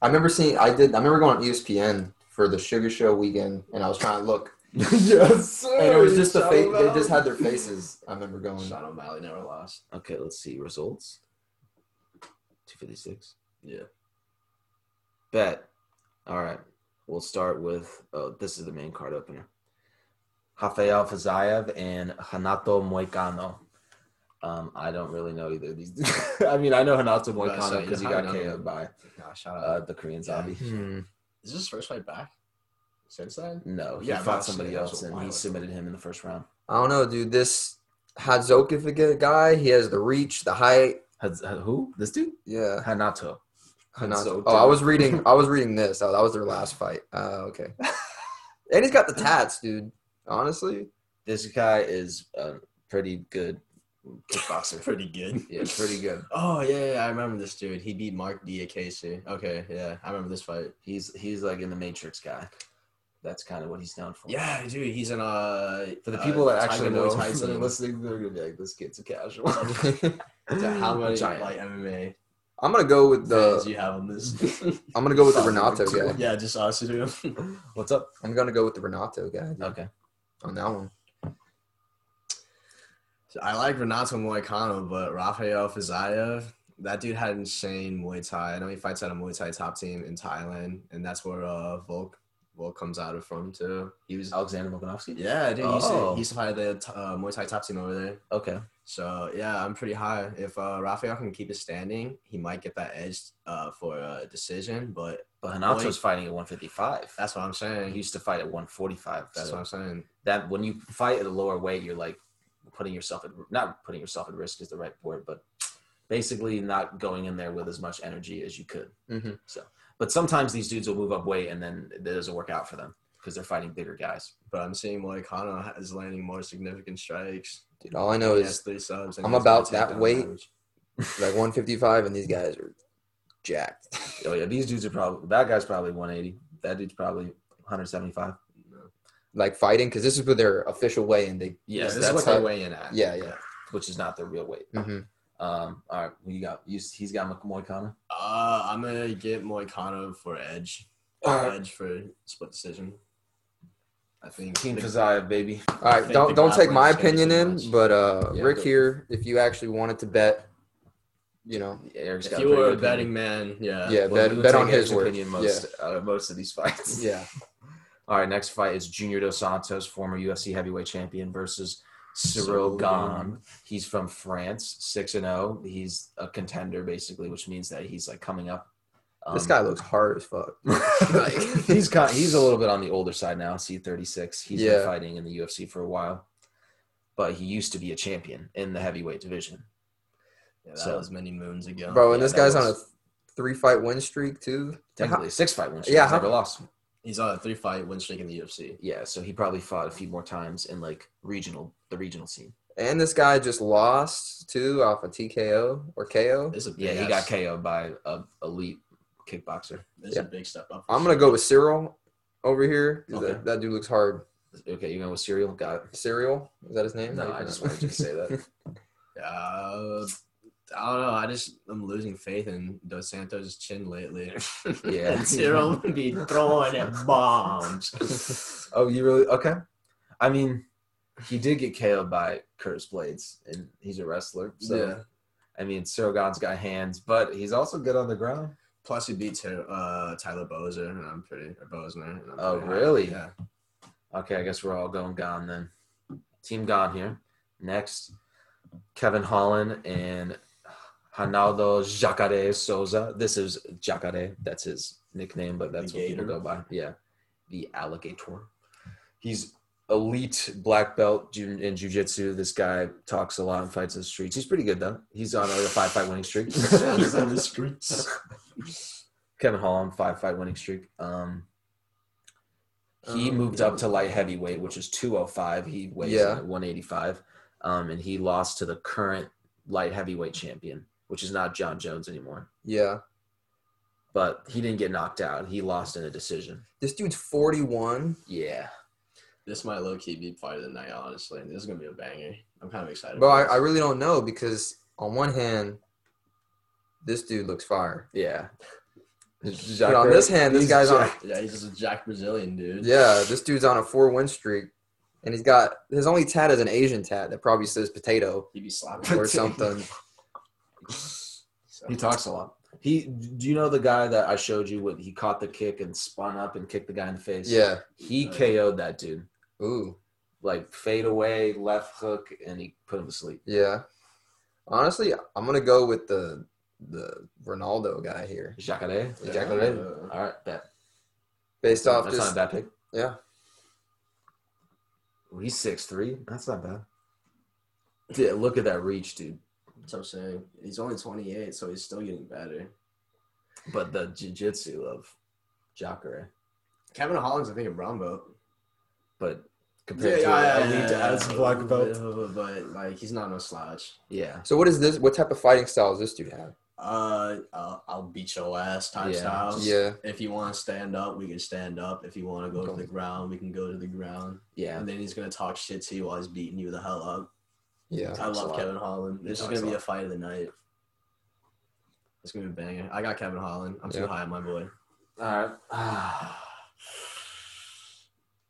Speaker 1: I remember seeing. I did. I remember going on E ESPN for the Sugar Show weekend, and I was trying to look,
Speaker 2: yes.
Speaker 1: and it was just the face. They just had their faces. I remember going.
Speaker 3: Sean O'Malley never lost.
Speaker 2: Okay, let's see results. Two fifty six.
Speaker 3: Yeah.
Speaker 2: Bet. All right. We'll start with. Oh, this is the main card opener. Rafael Fazayev and Hanato Moicano. Um, I don't really know either of these. I mean, I know Hanato
Speaker 3: Right, so
Speaker 2: Moicano because he
Speaker 3: you
Speaker 2: got
Speaker 3: know him.
Speaker 2: KO'd by
Speaker 3: Nah, shout out.
Speaker 2: uh, the Korean
Speaker 3: Yeah.
Speaker 2: zombie.
Speaker 1: Hmm.
Speaker 3: Is this his first fight back since then?
Speaker 2: No, he
Speaker 3: Yeah, I'm
Speaker 2: fought
Speaker 3: not saying
Speaker 2: somebody
Speaker 3: that was
Speaker 2: else,
Speaker 3: a
Speaker 2: and
Speaker 3: while
Speaker 2: he
Speaker 3: ago.
Speaker 2: submitted him in the first round.
Speaker 1: I don't know, dude. This Hadzokovic guy. He has the reach, the height.
Speaker 2: Had,
Speaker 3: uh,
Speaker 2: had- who? This dude?
Speaker 1: Yeah.
Speaker 2: Hanato.
Speaker 1: Hanato.
Speaker 2: so
Speaker 1: Oh, I was reading. I was reading this. Oh, that was their last fight. Uh, okay. and he's got the tats, dude. Honestly,
Speaker 2: This guy is a pretty good kickboxer.
Speaker 3: Pretty good.
Speaker 2: yeah, pretty good.
Speaker 3: Oh yeah, yeah, I remember this dude. He beat Mark Diakese. Okay, yeah, I remember this fight.
Speaker 2: He's he's like in the Matrix guy. That's kind of what he's known for.
Speaker 3: Yeah, dude, he's in uh
Speaker 2: For the
Speaker 3: uh,
Speaker 2: people that actually
Speaker 3: Tiger
Speaker 2: know
Speaker 3: Muay
Speaker 2: that are
Speaker 3: Tyson.
Speaker 2: listening, they're gonna be like, "This kid's a casual."
Speaker 3: So how many
Speaker 2: Giant.
Speaker 3: like MMA
Speaker 1: I'm gonna go with
Speaker 3: fans
Speaker 1: the.
Speaker 3: you have on this?
Speaker 1: I'm gonna go with the
Speaker 2: Fuck,
Speaker 1: Renato
Speaker 2: dude.
Speaker 1: guy.
Speaker 3: yeah, just us two.
Speaker 2: What's up?
Speaker 1: I'm gonna go with the Renato guy dude,
Speaker 2: Okay.
Speaker 1: on that one.
Speaker 3: So I like Renato Moicano, but Rafael Fazayev, that dude had insane Muay Thai. I know he fights at a Muay Thai top team in Thailand, and that's where uh Volk Volk comes out of from too. He was
Speaker 2: Alexander Volkanovski.
Speaker 3: yeah, dude. He used, to,
Speaker 2: Oh.
Speaker 3: he used to fight at the uh, Muay Thai top team over there.
Speaker 2: Okay.
Speaker 3: So yeah, I'm pretty high. If uh, Rafael can keep it standing, he might get that edge uh, for a decision. But
Speaker 2: But Hanato's fighting at 155.
Speaker 3: that's what I'm
Speaker 2: he
Speaker 3: saying.
Speaker 2: used to fight at 145.
Speaker 3: That's
Speaker 2: so-
Speaker 3: what I'm saying.
Speaker 2: that when you fight at a lower weight, you're like putting yourself at not putting yourself at risk is the right word, but basically not going in there with as much energy as you could.
Speaker 1: Mhm.
Speaker 2: So, but sometimes these dudes will move up weight and then it doesn't work out for them because they're fighting bigger guys.
Speaker 3: But I'm seeing Moicano is landing more significant strikes.
Speaker 1: Dude, all I know
Speaker 3: He
Speaker 1: is
Speaker 3: has three subs. and
Speaker 1: I'm
Speaker 3: he has
Speaker 1: about
Speaker 3: no
Speaker 1: that
Speaker 3: takedown
Speaker 1: weight.
Speaker 3: average.
Speaker 1: like 155, and these guys are jacked.
Speaker 2: Oh yeah, these dudes are probably that guy's probably 180. That dude's probably 175.
Speaker 1: Like fighting because this is with their official weigh-in. They
Speaker 3: Yeah,
Speaker 2: Yes,
Speaker 3: this is
Speaker 2: that's
Speaker 3: what they
Speaker 1: how-
Speaker 3: weigh in at.
Speaker 1: yeah yeah.
Speaker 2: which is not their real weight.
Speaker 1: hmm
Speaker 2: Um, all right, who you got you, he's got Moicano.
Speaker 3: Uh, I'm gonna get Moicano for edge.
Speaker 1: All right.
Speaker 3: Edge for split decision. I think.
Speaker 2: Team Kaziah, baby.
Speaker 1: All
Speaker 3: I
Speaker 1: right,
Speaker 3: think
Speaker 1: don't
Speaker 3: the
Speaker 1: don't take
Speaker 3: grappling
Speaker 1: my
Speaker 3: is gonna be
Speaker 1: opinion
Speaker 3: too
Speaker 1: in,
Speaker 3: much.
Speaker 1: but uh,
Speaker 3: Yeah,
Speaker 1: Rick
Speaker 3: go-
Speaker 1: here, if you actually wanted to bet you know.
Speaker 2: Eric's
Speaker 3: If
Speaker 2: got
Speaker 3: you
Speaker 2: a pretty
Speaker 3: were a
Speaker 2: good opinion.
Speaker 3: betting man, yeah.
Speaker 1: Yeah,
Speaker 2: We'll-
Speaker 1: bet,
Speaker 2: we'll
Speaker 1: bet
Speaker 2: take
Speaker 1: on his
Speaker 2: Eric's
Speaker 1: word.
Speaker 2: opinion most out of most of these fights.
Speaker 1: Yeah,
Speaker 2: All right, next fight is Junior Dos Santos, former UFC heavyweight champion, versus Cyril
Speaker 3: Cyril
Speaker 2: Gane.
Speaker 3: Gane.
Speaker 2: He's from France, six and zero. He's a contender basically, which means that he's like coming up.
Speaker 1: yeah. This guy
Speaker 2: Um,
Speaker 1: looks hard as fuck.
Speaker 2: like, he's kind, he's a little bit on the older side now. C thirty six. He's been
Speaker 1: Yeah.
Speaker 2: fighting in the UFC for a while, but he used to be a champion in the heavyweight division.
Speaker 3: Yeah, that
Speaker 2: So-
Speaker 3: was many moons ago.
Speaker 1: Bro, and
Speaker 2: yeah,
Speaker 1: this
Speaker 2: that
Speaker 1: guy's on a
Speaker 2: was-
Speaker 1: three fight win streak too. Like, how-
Speaker 2: Technically, six fight win streak.
Speaker 1: Yeah,
Speaker 2: he's
Speaker 1: how-
Speaker 2: never lost.
Speaker 3: He's on a three fight win streak in the UFC.
Speaker 2: Yeah, so he probably fought a few more times in like regional, the regional scene.
Speaker 1: And this guy just lost too off a TKO or KO.
Speaker 3: It's a big
Speaker 2: Yeah, he got
Speaker 3: ass-
Speaker 2: KO'd by a elite kickboxer.
Speaker 3: It's
Speaker 1: Yeah.
Speaker 3: a big step up.
Speaker 1: I'm gonna go with Cyril over here. 'cause
Speaker 2: Okay.
Speaker 1: That, that dude looks hard.
Speaker 2: Okay, you going with cereal? Got it.
Speaker 1: Cyril, is that his name?
Speaker 2: No, I just wanted you to say that.
Speaker 3: Uh, I don't know. I just I'm losing faith in Dos Santos' chin lately.
Speaker 2: Yeah.
Speaker 3: Cyril would be throwing at bombs.
Speaker 2: oh, you really? Okay. I mean, he did get KO'd by Curtis Blades, and he's a wrestler. So,
Speaker 3: Yeah.
Speaker 2: I mean, Cyril God's got hands, but he's also good on the ground.
Speaker 3: Plus, he beat Ty- uh, Tyler Bozer, and I'm pretty or Bozner. And I'm
Speaker 2: Oh,
Speaker 3: pretty
Speaker 2: really?
Speaker 3: Yeah.
Speaker 2: Okay, I guess we're all going gone then. Team gone here. Next, Kevin Holland and Ronaldo Jacare Souza. This is Jacare. That's his nickname, but that's
Speaker 3: The
Speaker 2: what people
Speaker 3: gator.
Speaker 2: go by. Yeah, the alligator. He's elite black belt ju- in jujitsu. This guy talks a lot and fights in the streets. He's pretty good though. He's on like, a five fight winning streak.
Speaker 3: He's on the streets.
Speaker 2: Kevin Holland five fight winning streak. Um, he
Speaker 1: Um,
Speaker 2: moved
Speaker 3: yeah.
Speaker 2: up to light heavyweight, which is 205. He weighs in
Speaker 1: Yeah.
Speaker 2: at 185, um, and he lost to the current light heavyweight champion, which is not John Jones anymore.
Speaker 1: Yeah,
Speaker 2: But he didn't get knocked out. He lost in a decision.
Speaker 1: this dude's 41.
Speaker 2: Yeah,
Speaker 3: This might low key be part of the night, honestly. This is gonna be a banger. I'm kind of excited.
Speaker 1: Bro,
Speaker 3: for
Speaker 1: I,
Speaker 3: this.
Speaker 1: I really don't know because on one hand, this dude looks fire.
Speaker 2: yeah.
Speaker 1: But on this hand, this guy's on.
Speaker 3: Yeah, he's just a Jack Brazilian dude.
Speaker 1: Yeah, this dude's on a four win streak, and he's got his only tat is an Asian tat that probably says potato
Speaker 3: he be slapping.
Speaker 1: or something.
Speaker 3: So-
Speaker 2: He talks a lot. He, do you know the guy that I showed you when he caught the kick and spun up and kicked the guy in the face?
Speaker 1: Yeah.
Speaker 2: He KO'd that dude.
Speaker 1: Ooh.
Speaker 2: Like fade away, left hook, and he put him to sleep.
Speaker 1: Yeah. Honestly, I'm gonna go with the the Ronaldo guy here
Speaker 2: Jacare.
Speaker 3: Yeah.
Speaker 1: Jacare.
Speaker 2: All right, bet.
Speaker 1: based off
Speaker 2: That's
Speaker 1: just
Speaker 2: not a bad pick.
Speaker 1: yeah.
Speaker 2: Well, He's six three. That's not bad. Yeah, look at that reach, dude.
Speaker 3: That's what I'm saying. He's only 28, so he's still getting better.
Speaker 2: But the jiu-jitsu of Jacare.
Speaker 3: Kevin Hollins, I think, a brown belt.
Speaker 2: But compared to elite as black belt.
Speaker 3: But, but, like, he's not no slouch.
Speaker 2: Yeah.
Speaker 1: So what is this? What type of fighting style does this dude have?
Speaker 3: Uh, I'll, I'll beat your ass type
Speaker 2: Yeah.
Speaker 3: style.
Speaker 1: Yeah.
Speaker 3: If you want to stand up, we can stand up. If you want to go
Speaker 2: Go.
Speaker 3: to the ground, we can go to the ground.
Speaker 2: Yeah.
Speaker 3: And then he's gonna talk shit to you while he's beating you the hell up.
Speaker 1: Yeah.
Speaker 3: I
Speaker 2: Talks a
Speaker 3: love
Speaker 2: lot.
Speaker 3: Kevin Holland.
Speaker 2: He
Speaker 3: This is
Speaker 2: talks
Speaker 3: gonna
Speaker 2: a
Speaker 3: be
Speaker 2: lot.
Speaker 3: a fight of the night. It's gonna be a banger. I got Kevin Holland. I'm
Speaker 1: Yeah.
Speaker 3: too high on my boy.
Speaker 2: All right.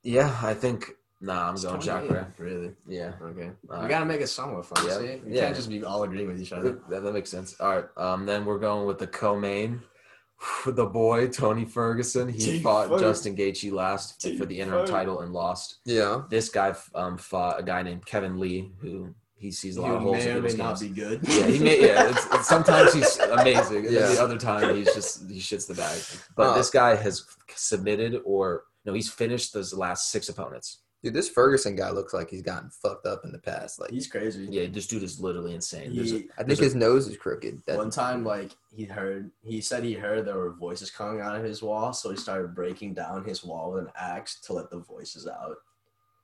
Speaker 2: yeah, I think nah, I'm going Jacare.
Speaker 3: Really?
Speaker 2: Yeah.
Speaker 3: Okay.
Speaker 2: All
Speaker 3: we
Speaker 2: right.
Speaker 3: gotta make it somewhat fun.
Speaker 2: Yeah.
Speaker 3: See, we
Speaker 2: Yeah.
Speaker 3: can't just be all agreeing with each other.
Speaker 2: That, that makes sense. All right. Um, then we're going with the co-main, the boy Tony Ferguson. He
Speaker 3: Tony
Speaker 2: fought
Speaker 3: Ferguson.
Speaker 2: Justin Gaethje last
Speaker 3: Tony
Speaker 2: for the interim
Speaker 3: Ferguson.
Speaker 2: title and lost.
Speaker 1: Yeah.
Speaker 2: This guy um, fought a guy named Kevin Lee, who he sees a lot of
Speaker 3: he
Speaker 2: holes
Speaker 3: may
Speaker 2: in
Speaker 3: or may
Speaker 2: people's games.
Speaker 3: not be good.
Speaker 2: yeah, he may. Yeah, it's, it's, sometimes he's amazing, and then
Speaker 1: Yeah.
Speaker 2: the other time he's just he shits the bag. But
Speaker 1: Uh.
Speaker 2: this guy has submitted or no, he's finished those last six opponents.
Speaker 1: Dude, this Ferguson guy looks like he's gotten fucked up in the past. Like,
Speaker 3: he's crazy.
Speaker 2: Yeah, this dude is literally insane. There's a,
Speaker 3: He-
Speaker 1: I think
Speaker 2: there's a-
Speaker 1: his nose is crooked. That,
Speaker 3: one time, like he heard, he said he heard there were voices coming out of his wall, so he started breaking down his wall with an axe to let the voices out,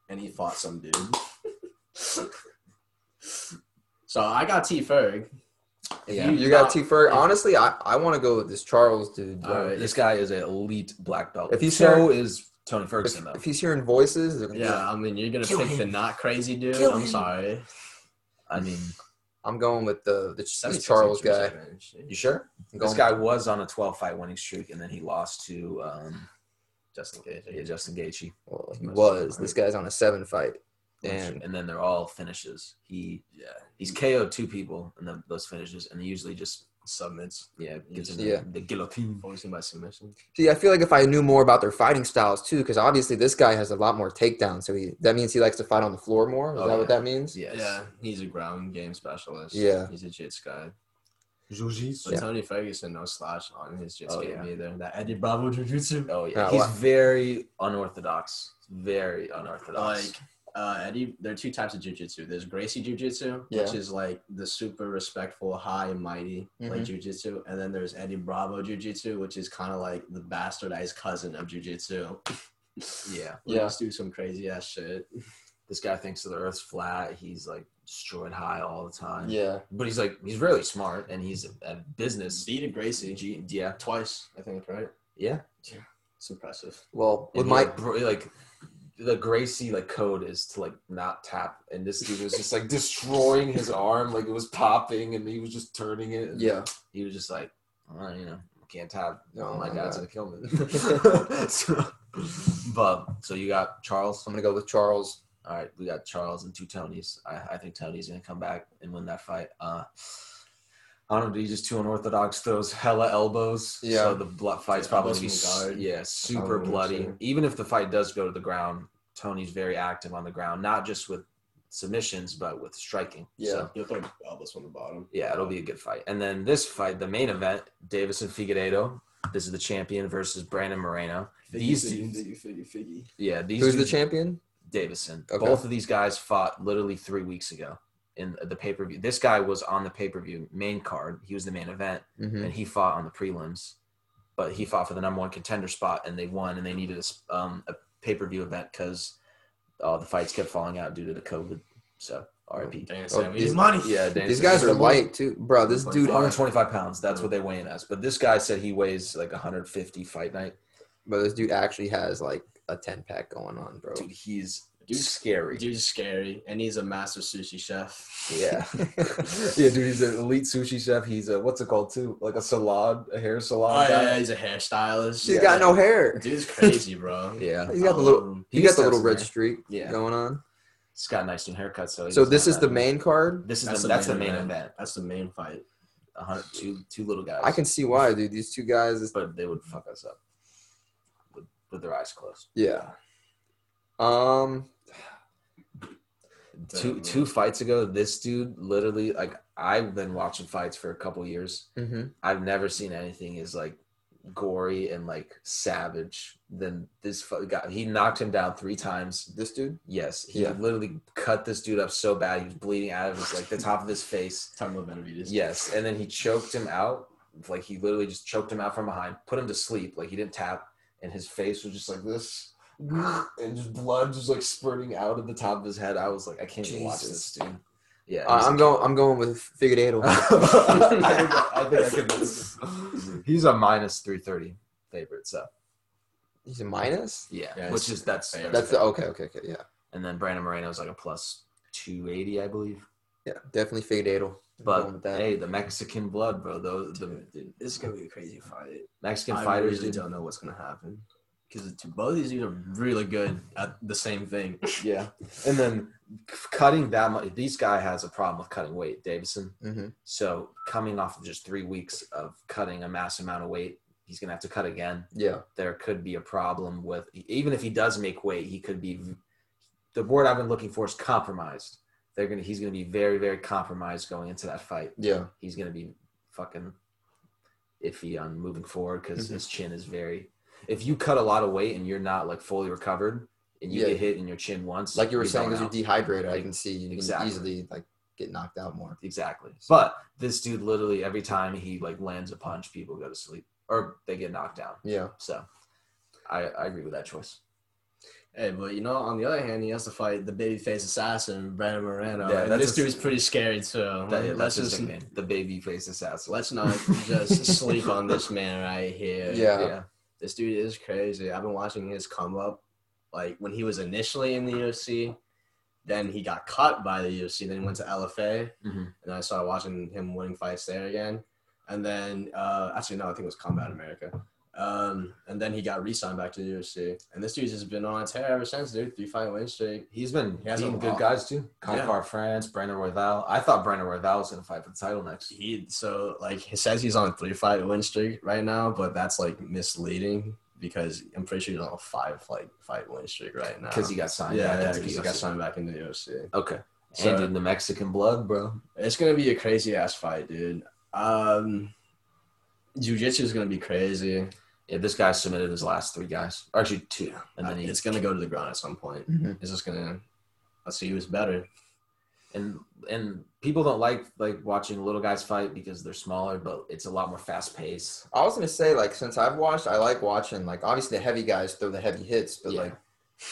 Speaker 3: and he fought some dude. so I got T Ferg.
Speaker 1: yeah,
Speaker 2: yeah.
Speaker 1: you, got T Ferg. Honestly, I, I want to go with this Charles dude. bro.
Speaker 3: All right.
Speaker 2: uh, This guy is an elite black belt.
Speaker 1: If he's
Speaker 2: so is Tony
Speaker 1: if,
Speaker 2: Ferguson though.
Speaker 1: if he's hearing voices, they're gonna be like,
Speaker 3: Yeah, I mean you're gonna
Speaker 2: Kill
Speaker 3: pick
Speaker 2: him.
Speaker 3: the not crazy dude.
Speaker 2: Kill
Speaker 3: I'm
Speaker 2: him.
Speaker 3: sorry.
Speaker 2: I mean,
Speaker 1: I'm going with the, the this
Speaker 3: 76
Speaker 1: Charles
Speaker 3: inches, I
Speaker 1: guy.
Speaker 3: mean, shit.
Speaker 2: you sure?
Speaker 1: I'm
Speaker 2: This
Speaker 1: going-
Speaker 2: guy was on a 12 fight winning streak, and then he lost to um,
Speaker 3: Just in case.
Speaker 2: yeah, Justin Gaethje.
Speaker 1: well, he was. This guy's on a seven fight.
Speaker 2: Oh,
Speaker 1: Damn.
Speaker 2: and then they're all finishes. He
Speaker 3: Yeah,
Speaker 2: he's KO'd two people and then those finishes, and he usually just
Speaker 3: submits.
Speaker 2: yeah gives him
Speaker 1: Yeah.
Speaker 2: the, the guillotine.
Speaker 3: Always in by submission.
Speaker 1: See, I feel like if I knew more about their fighting styles too, because obviously this guy has a lot more takedowns, so he that means he likes to fight on the floor more. Is
Speaker 2: Oh,
Speaker 1: that what
Speaker 2: yeah.
Speaker 1: that means?
Speaker 2: Yes.
Speaker 3: Yeah, he's a ground game specialist.
Speaker 1: Yeah.
Speaker 3: he's a jits guy. But
Speaker 1: Yeah.
Speaker 3: Tony Ferguson no slash on his jits
Speaker 2: Oh,
Speaker 3: game
Speaker 2: yeah.
Speaker 3: either. That Eddie Bravo jujitsu.
Speaker 2: Oh yeah,
Speaker 1: Oh,
Speaker 2: he's
Speaker 1: wow.
Speaker 2: very unorthodox. Very unorthodox.
Speaker 3: like uh, Eddie, there are two types of jujitsu. There's Gracie jujitsu,
Speaker 1: Yeah.
Speaker 3: which is like the super respectful, high and mighty
Speaker 1: Mm-hmm.
Speaker 3: like jujitsu, and then there's Eddie Bravo jujitsu, which is kind of like the bastardized cousin of jujitsu.
Speaker 2: yeah,
Speaker 3: We
Speaker 1: Yeah.
Speaker 3: just do some crazy ass shit.
Speaker 2: this guy thinks that the Earth's flat. He's like destroyed high all the time.
Speaker 1: Yeah.
Speaker 2: but he's like he's really smart and he's at business.
Speaker 3: Beat Gracie
Speaker 2: G- yeah,
Speaker 3: twice, I think, right?
Speaker 2: yeah.
Speaker 3: It's impressive.
Speaker 1: Well, with
Speaker 2: And
Speaker 1: my
Speaker 2: like, bro, like the Gracie like code is to like not tap, and this dude was just like destroying his arm, like it was popping, and he was just turning it. and
Speaker 1: yeah,
Speaker 2: he was just like, "Well, you know, I can't tap.
Speaker 1: Oh,
Speaker 2: my
Speaker 1: my
Speaker 2: dad's
Speaker 3: uh,
Speaker 1: God.
Speaker 2: gonna kill me. So- but so you got Charles.
Speaker 1: I'm gonna go with Charles.
Speaker 2: All right, we got Charles and two Tonys. I, I think Tony's gonna come back and win that fight. Uh, I don't know, dude. Just two unorthodox throws, hella elbows.
Speaker 1: Yeah.
Speaker 2: So the blood fight's
Speaker 3: Yeah,
Speaker 2: probably
Speaker 3: elbows
Speaker 2: gonna be
Speaker 3: from the
Speaker 2: s-
Speaker 3: guard.
Speaker 2: yeah super
Speaker 3: would
Speaker 2: bloody.
Speaker 3: say.
Speaker 2: Even if the fight does go to the ground, Tony's very active on the ground, not just with submissions but with striking.
Speaker 1: Yeah.
Speaker 2: So,
Speaker 3: You'll throw elbows from the bottom.
Speaker 2: yeah, it'll be a good fight. And then this fight, the main event, Davis and Figueiredo. This is the champion versus Brandon Moreno. These dudes,
Speaker 3: figgy, figgy.
Speaker 1: Oh,
Speaker 2: yeah, these
Speaker 1: Who's the
Speaker 2: dudes-
Speaker 1: champion?
Speaker 2: Davison.
Speaker 1: Okay.
Speaker 2: Both of these guys fought literally three weeks ago in the pay per view. This guy was on the pay per view main card. He was the main event,
Speaker 1: hmm
Speaker 2: and he fought on the prelims. But he fought for the number one contender spot, and they won. And they needed a, s- um, a pay per view event because uh, the fights kept falling out due to the COVID. So RIP.
Speaker 3: Damn,
Speaker 1: Sam, we these- need
Speaker 3: money.
Speaker 2: Yeah,
Speaker 1: These guys are
Speaker 2: white.
Speaker 1: light too, bro. This dude,
Speaker 2: 125 pounds. That's what they weigh in as. But this guy said he weighs like 150 fight night.
Speaker 1: bro, this dude actually has like a ten pack going on, bro.
Speaker 2: Dude, he's
Speaker 3: Dude's-
Speaker 2: scary.
Speaker 3: Dude's scary, and he's a master sushi chef.
Speaker 2: Yeah. yeah, dude, he's an elite sushi chef. He's a what's it called too? Like a salon, a hair
Speaker 3: Oh,
Speaker 2: salon.
Speaker 3: yeah, yeah,
Speaker 2: guy.
Speaker 3: he's a hairstylist.
Speaker 1: She's got no hair.
Speaker 3: Dude's crazy, bro.
Speaker 2: yeah.
Speaker 1: He's got the
Speaker 3: I
Speaker 1: little,
Speaker 3: love him.
Speaker 1: he got the
Speaker 2: steps
Speaker 1: little
Speaker 2: in
Speaker 1: red
Speaker 2: there.
Speaker 1: streak
Speaker 2: Yeah.
Speaker 1: going on.
Speaker 2: He's got a nice new haircut. So, he
Speaker 1: So
Speaker 2: doesn't
Speaker 1: this
Speaker 2: have
Speaker 1: is
Speaker 2: that
Speaker 1: the main card.
Speaker 2: This is
Speaker 3: That's
Speaker 2: the,
Speaker 3: the
Speaker 2: that's the main
Speaker 3: main event.
Speaker 2: event.
Speaker 3: That's the main fight.
Speaker 2: 100, two, two little guys.
Speaker 1: I can see why, dude. These two guys, is,
Speaker 2: but they would fuck us up with, with their eyes closed.
Speaker 1: yeah. Um,
Speaker 2: two
Speaker 3: Damn,
Speaker 2: two fights ago, this dude literally like I've been watching fights for a couple years.
Speaker 1: mhm.
Speaker 2: I've never seen anything as like gory and like savage than this fu- guy. He knocked him down three times.
Speaker 1: this dude.
Speaker 2: Yes, he
Speaker 1: Yeah.
Speaker 2: literally cut this dude up so bad he was bleeding out of his like the top of his face.
Speaker 3: Talking about Benavides.
Speaker 2: Yes, and then he choked him out. Like he literally just choked him out from behind, put him to sleep. Like he didn't tap, and his face was just like this, and just blood just like spurting out of the top of his head. I was like, I can't even watch this
Speaker 1: Jesus.
Speaker 2: dude. Yeah,
Speaker 1: I- I'm going. I'm going with Figueredo.
Speaker 2: I think I think I could. He's a minus three thirty favorite. So
Speaker 1: He's a minus.
Speaker 2: yeah,
Speaker 3: Yeah,
Speaker 2: which
Speaker 3: it's-
Speaker 2: is that's
Speaker 3: fair.
Speaker 1: That's the okay. Okay. Okay. Yeah.
Speaker 2: and then Brandon Moreno's like a plus two eighty, I believe.
Speaker 1: Yeah. Definitely Figueredo. I'm going
Speaker 2: But
Speaker 1: with that.
Speaker 2: hey, the Mexican blood, bro. Those the,
Speaker 3: Dude, dude, this is gonna be a crazy fight.
Speaker 2: Mexican
Speaker 3: I
Speaker 2: fighters.
Speaker 3: really
Speaker 2: dude.
Speaker 3: don't know what's gonna happen because both of these dudes are really good at the same thing.
Speaker 2: Yeah, and then c- cutting that much. This guy has a problem with cutting weight, Davison.
Speaker 1: Mhm.
Speaker 2: So coming off of just three weeks of cutting a mass amount of weight, he's gonna have to cut again.
Speaker 1: Yeah.
Speaker 2: there could be a problem with e, even if he does make weight he could be the word i've been looking for is compromised they're gonna he's gonna be very very compromised going into that fight
Speaker 1: Yeah.
Speaker 2: he's gonna be fucking iffy on moving forward because
Speaker 1: Mm-hmm.
Speaker 2: his chin is very if you cut a lot of weight and you're not like fully recovered and you
Speaker 1: Yeah.
Speaker 2: get hit in your chin once
Speaker 1: Like you were
Speaker 2: you're
Speaker 1: saying,
Speaker 2: going
Speaker 1: because you're
Speaker 2: out.
Speaker 1: dehydrated, I can see you
Speaker 2: Exactly.
Speaker 1: can easily like get knocked out more.
Speaker 2: exactly but this dude literally every time he like lands a punch people go to sleep or they get knocked down
Speaker 1: Yeah.
Speaker 2: so i, I agree with that choice
Speaker 3: Hey, but you know, on the other hand, he has to fight the babyface assassin Brandon Moreno.
Speaker 2: Yeah,
Speaker 3: and
Speaker 2: that's
Speaker 3: this
Speaker 2: his-
Speaker 3: dude's pretty scary too.
Speaker 2: That, yeah,
Speaker 3: let's
Speaker 2: Mm, that's his
Speaker 3: just
Speaker 2: nickname, the baby face assassin.
Speaker 3: let's not just sleep on this man right here.
Speaker 1: Yeah.
Speaker 2: yeah,
Speaker 3: this dude is crazy. I've been watching his come up, like when he was initially in the UFC, then he got cut by the UFC, then he went to LFA,
Speaker 2: Mhm.
Speaker 3: and I started watching him winning fights there again. And then, uh, actually, no, I think it was Combat America. Um, and then he got re-signed back to the UFC. And this dude's just been on a tear ever since, dude. Three fight win streak.
Speaker 2: He's been
Speaker 3: He has a
Speaker 2: beating good
Speaker 3: lot.
Speaker 2: guys too. Concar
Speaker 3: Yeah.
Speaker 2: France, Brandon Royval. I thought Brandon Royval was going to fight for the title next.
Speaker 3: He so like he says he's on a three fight win streak right now, but that's like misleading because I'm pretty sure he's on a five like fight win streak right now.
Speaker 2: Because he got signed.
Speaker 3: yeah,
Speaker 2: back
Speaker 3: yeah,
Speaker 2: into
Speaker 3: 'cause he
Speaker 2: the
Speaker 3: got
Speaker 2: UFC.
Speaker 3: signed back into the UFC.
Speaker 2: Okay.
Speaker 3: So-
Speaker 2: and in the Mexican blood, bro.
Speaker 3: It's gonna be a crazy ass fight, dude. Um, Jiu Jitsu is gonna be crazy.
Speaker 2: Yeah, this guy submitted his last three guys. Actually, two. And then
Speaker 3: Uh,
Speaker 2: he Mm-hmm.
Speaker 3: it's gonna go to the ground at some point. It's just gonna. Let's see who's better.
Speaker 2: and and people don't like like watching little guys fight because they're smaller, but it's a lot more fast paced.
Speaker 1: I was gonna say like since I've watched, I like watching like obviously the heavy guys throw the heavy hits, but
Speaker 2: Yeah.
Speaker 1: like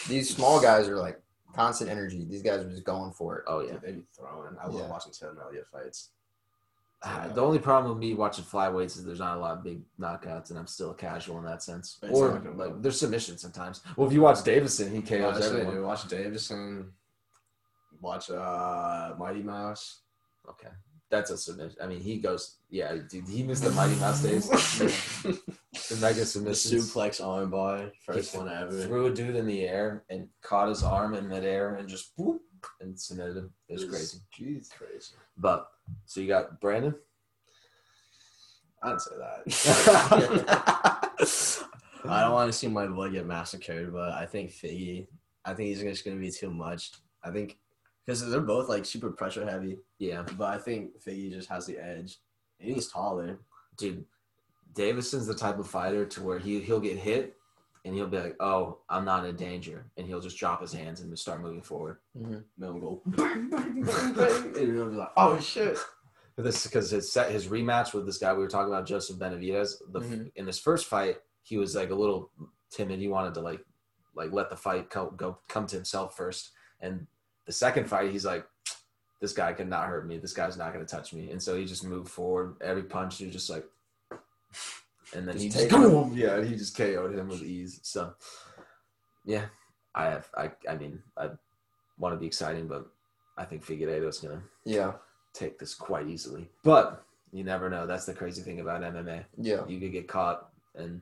Speaker 1: these small guys are like constant energy. These guys are just going for it.
Speaker 2: Oh yeah.
Speaker 3: Dude, they be throwing. I love
Speaker 1: Yeah.
Speaker 3: watching Taylor Elliott fights.
Speaker 2: Ah, The only problem with me watching flyweights is there's not a lot of big knockouts, and I'm still a casual in that sense.
Speaker 3: It's
Speaker 2: or
Speaker 3: not gonna
Speaker 2: like
Speaker 3: work.
Speaker 2: there's submission sometimes. Well, if you watch Davison, he KOs
Speaker 3: Watch,
Speaker 2: everyone.
Speaker 3: dude, watch Davison. Watch uh, Mighty Mouse.
Speaker 2: Okay, that's a submission. I mean, he goes. Yeah, dude, he missed the Mighty Mouse days.
Speaker 3: the
Speaker 2: the mega submission.
Speaker 3: suplex armbar, first one ever.
Speaker 2: Threw a dude in the air and caught his arm in midair and just whoop and submitted him. It was crazy.
Speaker 3: Jeez, crazy.
Speaker 2: But so you got Brandon.
Speaker 3: I didn't say that. I
Speaker 2: I
Speaker 3: don't want to see my blood get massacred, but I think Figgy. I think he's just gonna be too much. I think because they're both like super pressure heavy,
Speaker 2: Yeah,
Speaker 3: but I think Figgy just has the edge, and he's taller.
Speaker 2: dude. Davison's the type of fighter to where he he'll get hit and he'll be like, "Oh, I'm not in danger," and he'll just drop his hands and just start moving forward.
Speaker 3: Then we'll go bang, bang, bang, bang, and he'll be like, "Oh shit!"
Speaker 2: This because his set his rematch with this guy we were talking about, Joseph Benavidez. The,
Speaker 1: Mhm.
Speaker 2: In his first fight, he was like a little timid. He wanted to like like let the fight co- go come to himself first. And the second fight, he's like, "This guy cannot hurt me. This guy's not going to touch me." And so he just moved forward. Every punch, you're just like, and then
Speaker 1: Just
Speaker 2: he
Speaker 1: take
Speaker 2: just boom, yeah, he just KO'd him with ease. So yeah, I have I I mean I want to be exciting, but I think Figueredo's going to
Speaker 1: Yeah,
Speaker 2: take this quite easily. But you never know. That's the crazy thing about MMA.
Speaker 1: yeah.
Speaker 2: You could get caught and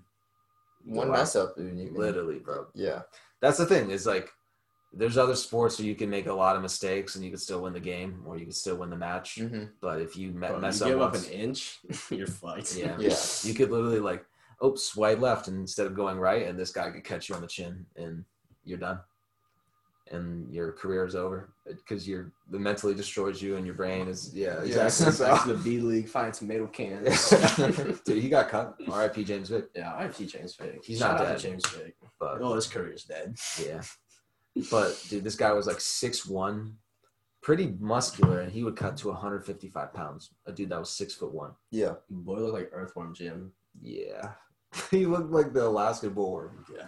Speaker 1: One
Speaker 2: Wow.
Speaker 1: mess up, dude. You can,
Speaker 2: literally, bro.
Speaker 1: Yeah,
Speaker 2: That's the thing. Is like there's other sports where you can make a lot of mistakes and you can still win the game or you can still win the match. But if you me-
Speaker 3: Bro,
Speaker 2: mess
Speaker 3: Mm.
Speaker 2: up,
Speaker 3: you give up
Speaker 2: once,
Speaker 3: an inch, you're fucked.
Speaker 2: yeah,
Speaker 1: yeah.
Speaker 2: you could literally like, oops, swipe left and instead of going right, and this guy could catch you on the chin and you're done. And your career is over because you're it mentally destroys you and your brain is yeah exactly.
Speaker 3: It's
Speaker 2: So-
Speaker 3: like the B League find tomato cans.
Speaker 2: Dude, he got cut. R.I.P. James Vick.
Speaker 3: yeah, I have James Fake.
Speaker 2: He's
Speaker 3: Shout
Speaker 2: not
Speaker 3: out
Speaker 2: dead.
Speaker 3: to James Fake.
Speaker 2: But
Speaker 3: Oh, his career's dead.
Speaker 2: yeah, but dude, this guy was like six one, pretty muscular, and he would cut to 155 pounds. A dude that was six foot one.
Speaker 1: yeah.
Speaker 3: Boy looked like Earthworm Jim.
Speaker 2: Yeah, he looked like the Alaska bullworm.
Speaker 3: Yeah.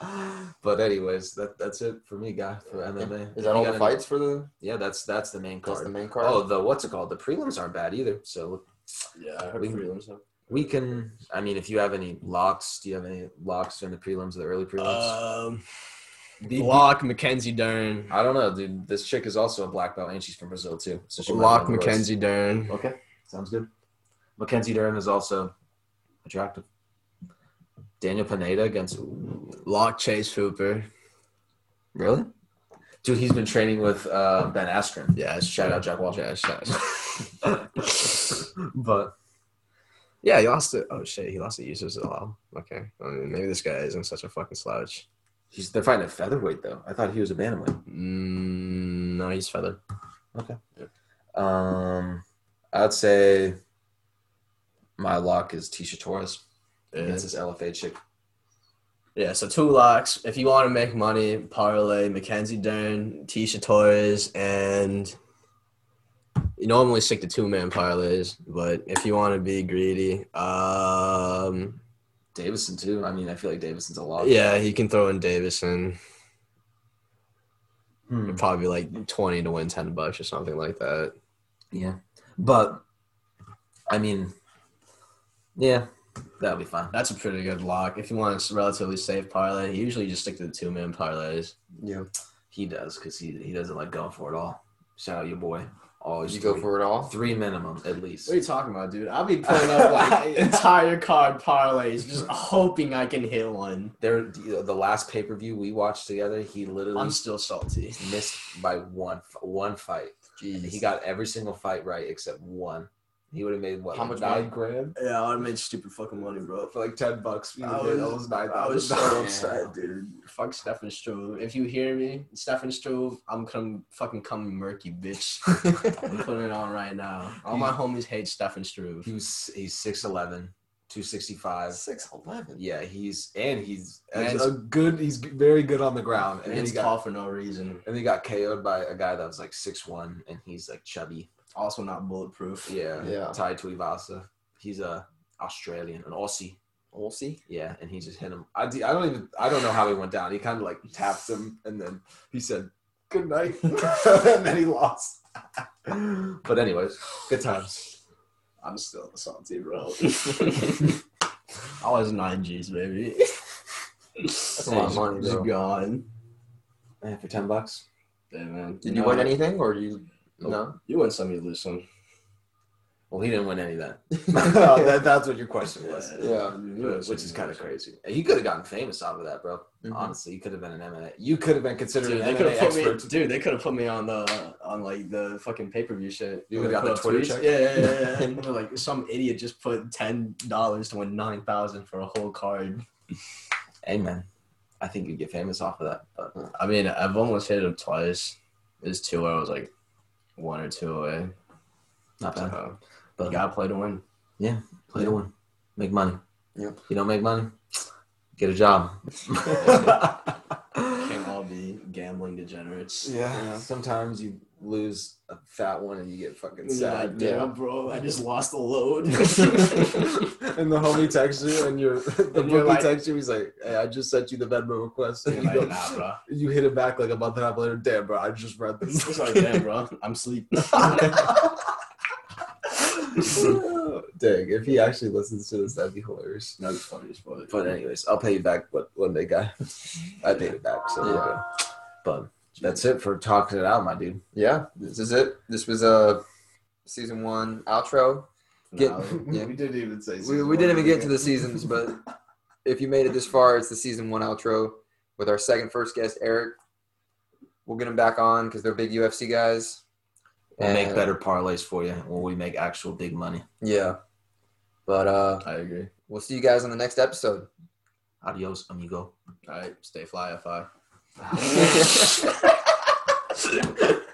Speaker 2: But anyways, that that's it for me, guy. For MMA,
Speaker 1: Is that
Speaker 2: You
Speaker 1: all
Speaker 2: got
Speaker 1: the
Speaker 2: any-
Speaker 1: fights for the?
Speaker 2: Yeah, that's that's the main
Speaker 1: That's the
Speaker 2: card.
Speaker 1: main card.
Speaker 2: Oh, the what's it called? The prelims aren't bad either. So
Speaker 3: Yeah, I heard
Speaker 2: We-
Speaker 3: prelims. though.
Speaker 2: we can. I mean, if you have any locks, do you have any locks in the prelims or the early prelims?
Speaker 1: Uh,
Speaker 3: Um,
Speaker 2: Be-
Speaker 3: Lock Mackenzie Dern.
Speaker 2: I don't know, dude. This chick is also a black belt, and she's from Brazil too. So she might
Speaker 3: Lock
Speaker 2: be on the ropes.
Speaker 3: Mackenzie Dern.
Speaker 2: Okay, sounds good. Mackenzie Dern is also attractive. Daniel Pineda against
Speaker 3: Lock Chase Hooper.
Speaker 2: really, dude. He's been training with uh, Ben Askren.
Speaker 3: Yeah, it's
Speaker 2: Shout out Jack Wall.
Speaker 3: Yeah, shout out.
Speaker 2: but
Speaker 3: yeah, he lost it. Oh shit, he lost the users as well. Okay, I mean, maybe this guy isn't such a fucking slouch.
Speaker 2: he's they're fighting a featherweight though. I thought he was a bantamweight.
Speaker 3: Mm, no, he's feathered.
Speaker 2: Um, I'd say my lock is Tisha Torres
Speaker 3: Yeah.
Speaker 2: against this LFA chick.
Speaker 3: yeah, so two locks. If you want to make money, parlay Mackenzie Dern, Tisha Torres, and you normally stick to two man parlays. But if you want to be greedy, um,
Speaker 2: Davison too. I mean, I feel like Davison's a lock.
Speaker 3: yeah, you can throw in Davison.
Speaker 2: Hmm.
Speaker 3: Probably like twenty to win ten bucks or something like that.
Speaker 2: Yeah. But I mean yeah, that'll be fine.
Speaker 3: That's a pretty good lock. If you want a relatively safe parlay, you usually just stick to the two man parlays.
Speaker 1: yeah.
Speaker 2: He does because he he doesn't like going for it all. Shout out your boy. Always
Speaker 1: you go
Speaker 2: three.
Speaker 1: for it all.
Speaker 2: three minimum at least.
Speaker 3: What are you talking about, dude? I'll be pulling up like entire card parlays, just hoping I can hit one.
Speaker 2: There, the last pay per view we watched together, he literally
Speaker 3: I'm still salty.
Speaker 2: missed by one one fight.
Speaker 1: Jeez.
Speaker 2: He got every single fight right except one. He would have made what?
Speaker 1: How
Speaker 2: like
Speaker 1: much
Speaker 2: nine
Speaker 1: money?
Speaker 2: grand
Speaker 3: Yeah, I made stupid fucking money, bro.
Speaker 2: for like ten bucks. We
Speaker 3: I
Speaker 2: made
Speaker 3: was-
Speaker 2: almost nine
Speaker 3: I was
Speaker 2: thousand.
Speaker 3: so
Speaker 1: Yeah.
Speaker 3: upset, dude. Fuck Stefan Struve. If you hear me, Stefan Struve, I'm come fucking coming murky, bitch. I'm putting it on right now. All my homies hate Stefan Struve.
Speaker 2: He was he's 6'11", 265.
Speaker 1: six eleven.
Speaker 2: Yeah, he's and he's
Speaker 3: And
Speaker 2: and
Speaker 3: he's-
Speaker 2: a good. He's very good on the ground, and
Speaker 3: And
Speaker 2: then
Speaker 3: it's
Speaker 2: he got
Speaker 3: tall for no reason.
Speaker 2: and he got KO'd by a guy that was like six one, and he's like chubby.
Speaker 3: Also not bulletproof.
Speaker 2: Yeah,
Speaker 1: Yeah.
Speaker 2: Ty Tuivasa. He's a Australian, an Aussie.
Speaker 1: We'll see.
Speaker 2: Yeah, and he just hit him. I, d- I don't even I don't know how he went down. He kind of like tapped him, and then he said good night, and then he lost. but anyways, good times.
Speaker 3: I'm still salty, bro. I was nine G's, baby.
Speaker 1: That's a lot of money,
Speaker 3: Just
Speaker 1: bro.
Speaker 3: gone.
Speaker 2: Man, for ten bucks,
Speaker 3: Yeah, man.
Speaker 1: Did you
Speaker 3: No,
Speaker 1: win anything or you? No.
Speaker 2: Nope.
Speaker 3: You win some, you lose some.
Speaker 2: well, he didn't win any of that. that that's what your question was.
Speaker 1: Yeah.
Speaker 2: Which is kind of crazy. He could have gotten famous off of that, bro.
Speaker 1: Mhm.
Speaker 2: Honestly, you could have been an MMA. You could have been considered
Speaker 3: Dude,
Speaker 2: an
Speaker 3: they could
Speaker 2: MMA
Speaker 3: have put me.
Speaker 2: expert.
Speaker 3: Dude, they could have put me on the on like the fucking pay per view shit.
Speaker 2: You
Speaker 3: They
Speaker 2: got
Speaker 3: put
Speaker 2: the
Speaker 3: up
Speaker 2: Twitter
Speaker 3: tweets.
Speaker 2: check?
Speaker 3: Yeah, yeah, yeah. yeah. And they're like some idiot just put ten dollars to win nine thousand for a whole card.
Speaker 2: Hey, man, I think you'd get famous off of that. But
Speaker 3: I mean, I've almost hit him twice. There's two where I was like one or two away. Uh,
Speaker 2: not bad.
Speaker 3: So,
Speaker 2: But
Speaker 3: you gotta play to win.
Speaker 2: play to win, make money.
Speaker 1: Yeah.
Speaker 2: You don't make money, get a job.
Speaker 3: Can't all be gambling degenerates.
Speaker 1: Yeah.
Speaker 2: Sometimes you lose a fat one and you get fucking
Speaker 3: Yeah,
Speaker 2: sad.
Speaker 3: damn, bro. I just lost a load.
Speaker 2: and the homie texts you, and you're the
Speaker 3: And you're
Speaker 2: homie
Speaker 3: like-
Speaker 2: texts you. He's like, "Hey, I just sent you the Venmo request." And you,
Speaker 3: like,
Speaker 2: go,
Speaker 3: nah, bro.
Speaker 2: you hit it back like a month and a half later. Damn, bro, I just read this.
Speaker 3: It's like, damn, bro. I'm sleep.
Speaker 2: Dang, if he actually listens to this, that'd be hilarious.
Speaker 3: That's funny as fuck.
Speaker 2: But anyways, I'll pay you back what one day, guy. I paid it back, so yeah. But that's it for talking it out, my dude.
Speaker 1: Yeah. This is it. This was uh, season one outro. Get- Yeah.
Speaker 2: We didn't even say.
Speaker 1: We, we didn't even get to the seasons, but if you made it this far, it's the season one outro with our second first guest, Eric. We'll get him back on because they're big UFC guys.
Speaker 2: We'll make
Speaker 1: And-
Speaker 2: better parlays for you when we make actual big money.
Speaker 1: Yeah. But uh,
Speaker 3: I agree.
Speaker 1: we'll see you guys on the next episode.
Speaker 2: Adios, amigo.
Speaker 3: All right, stay fly, FI.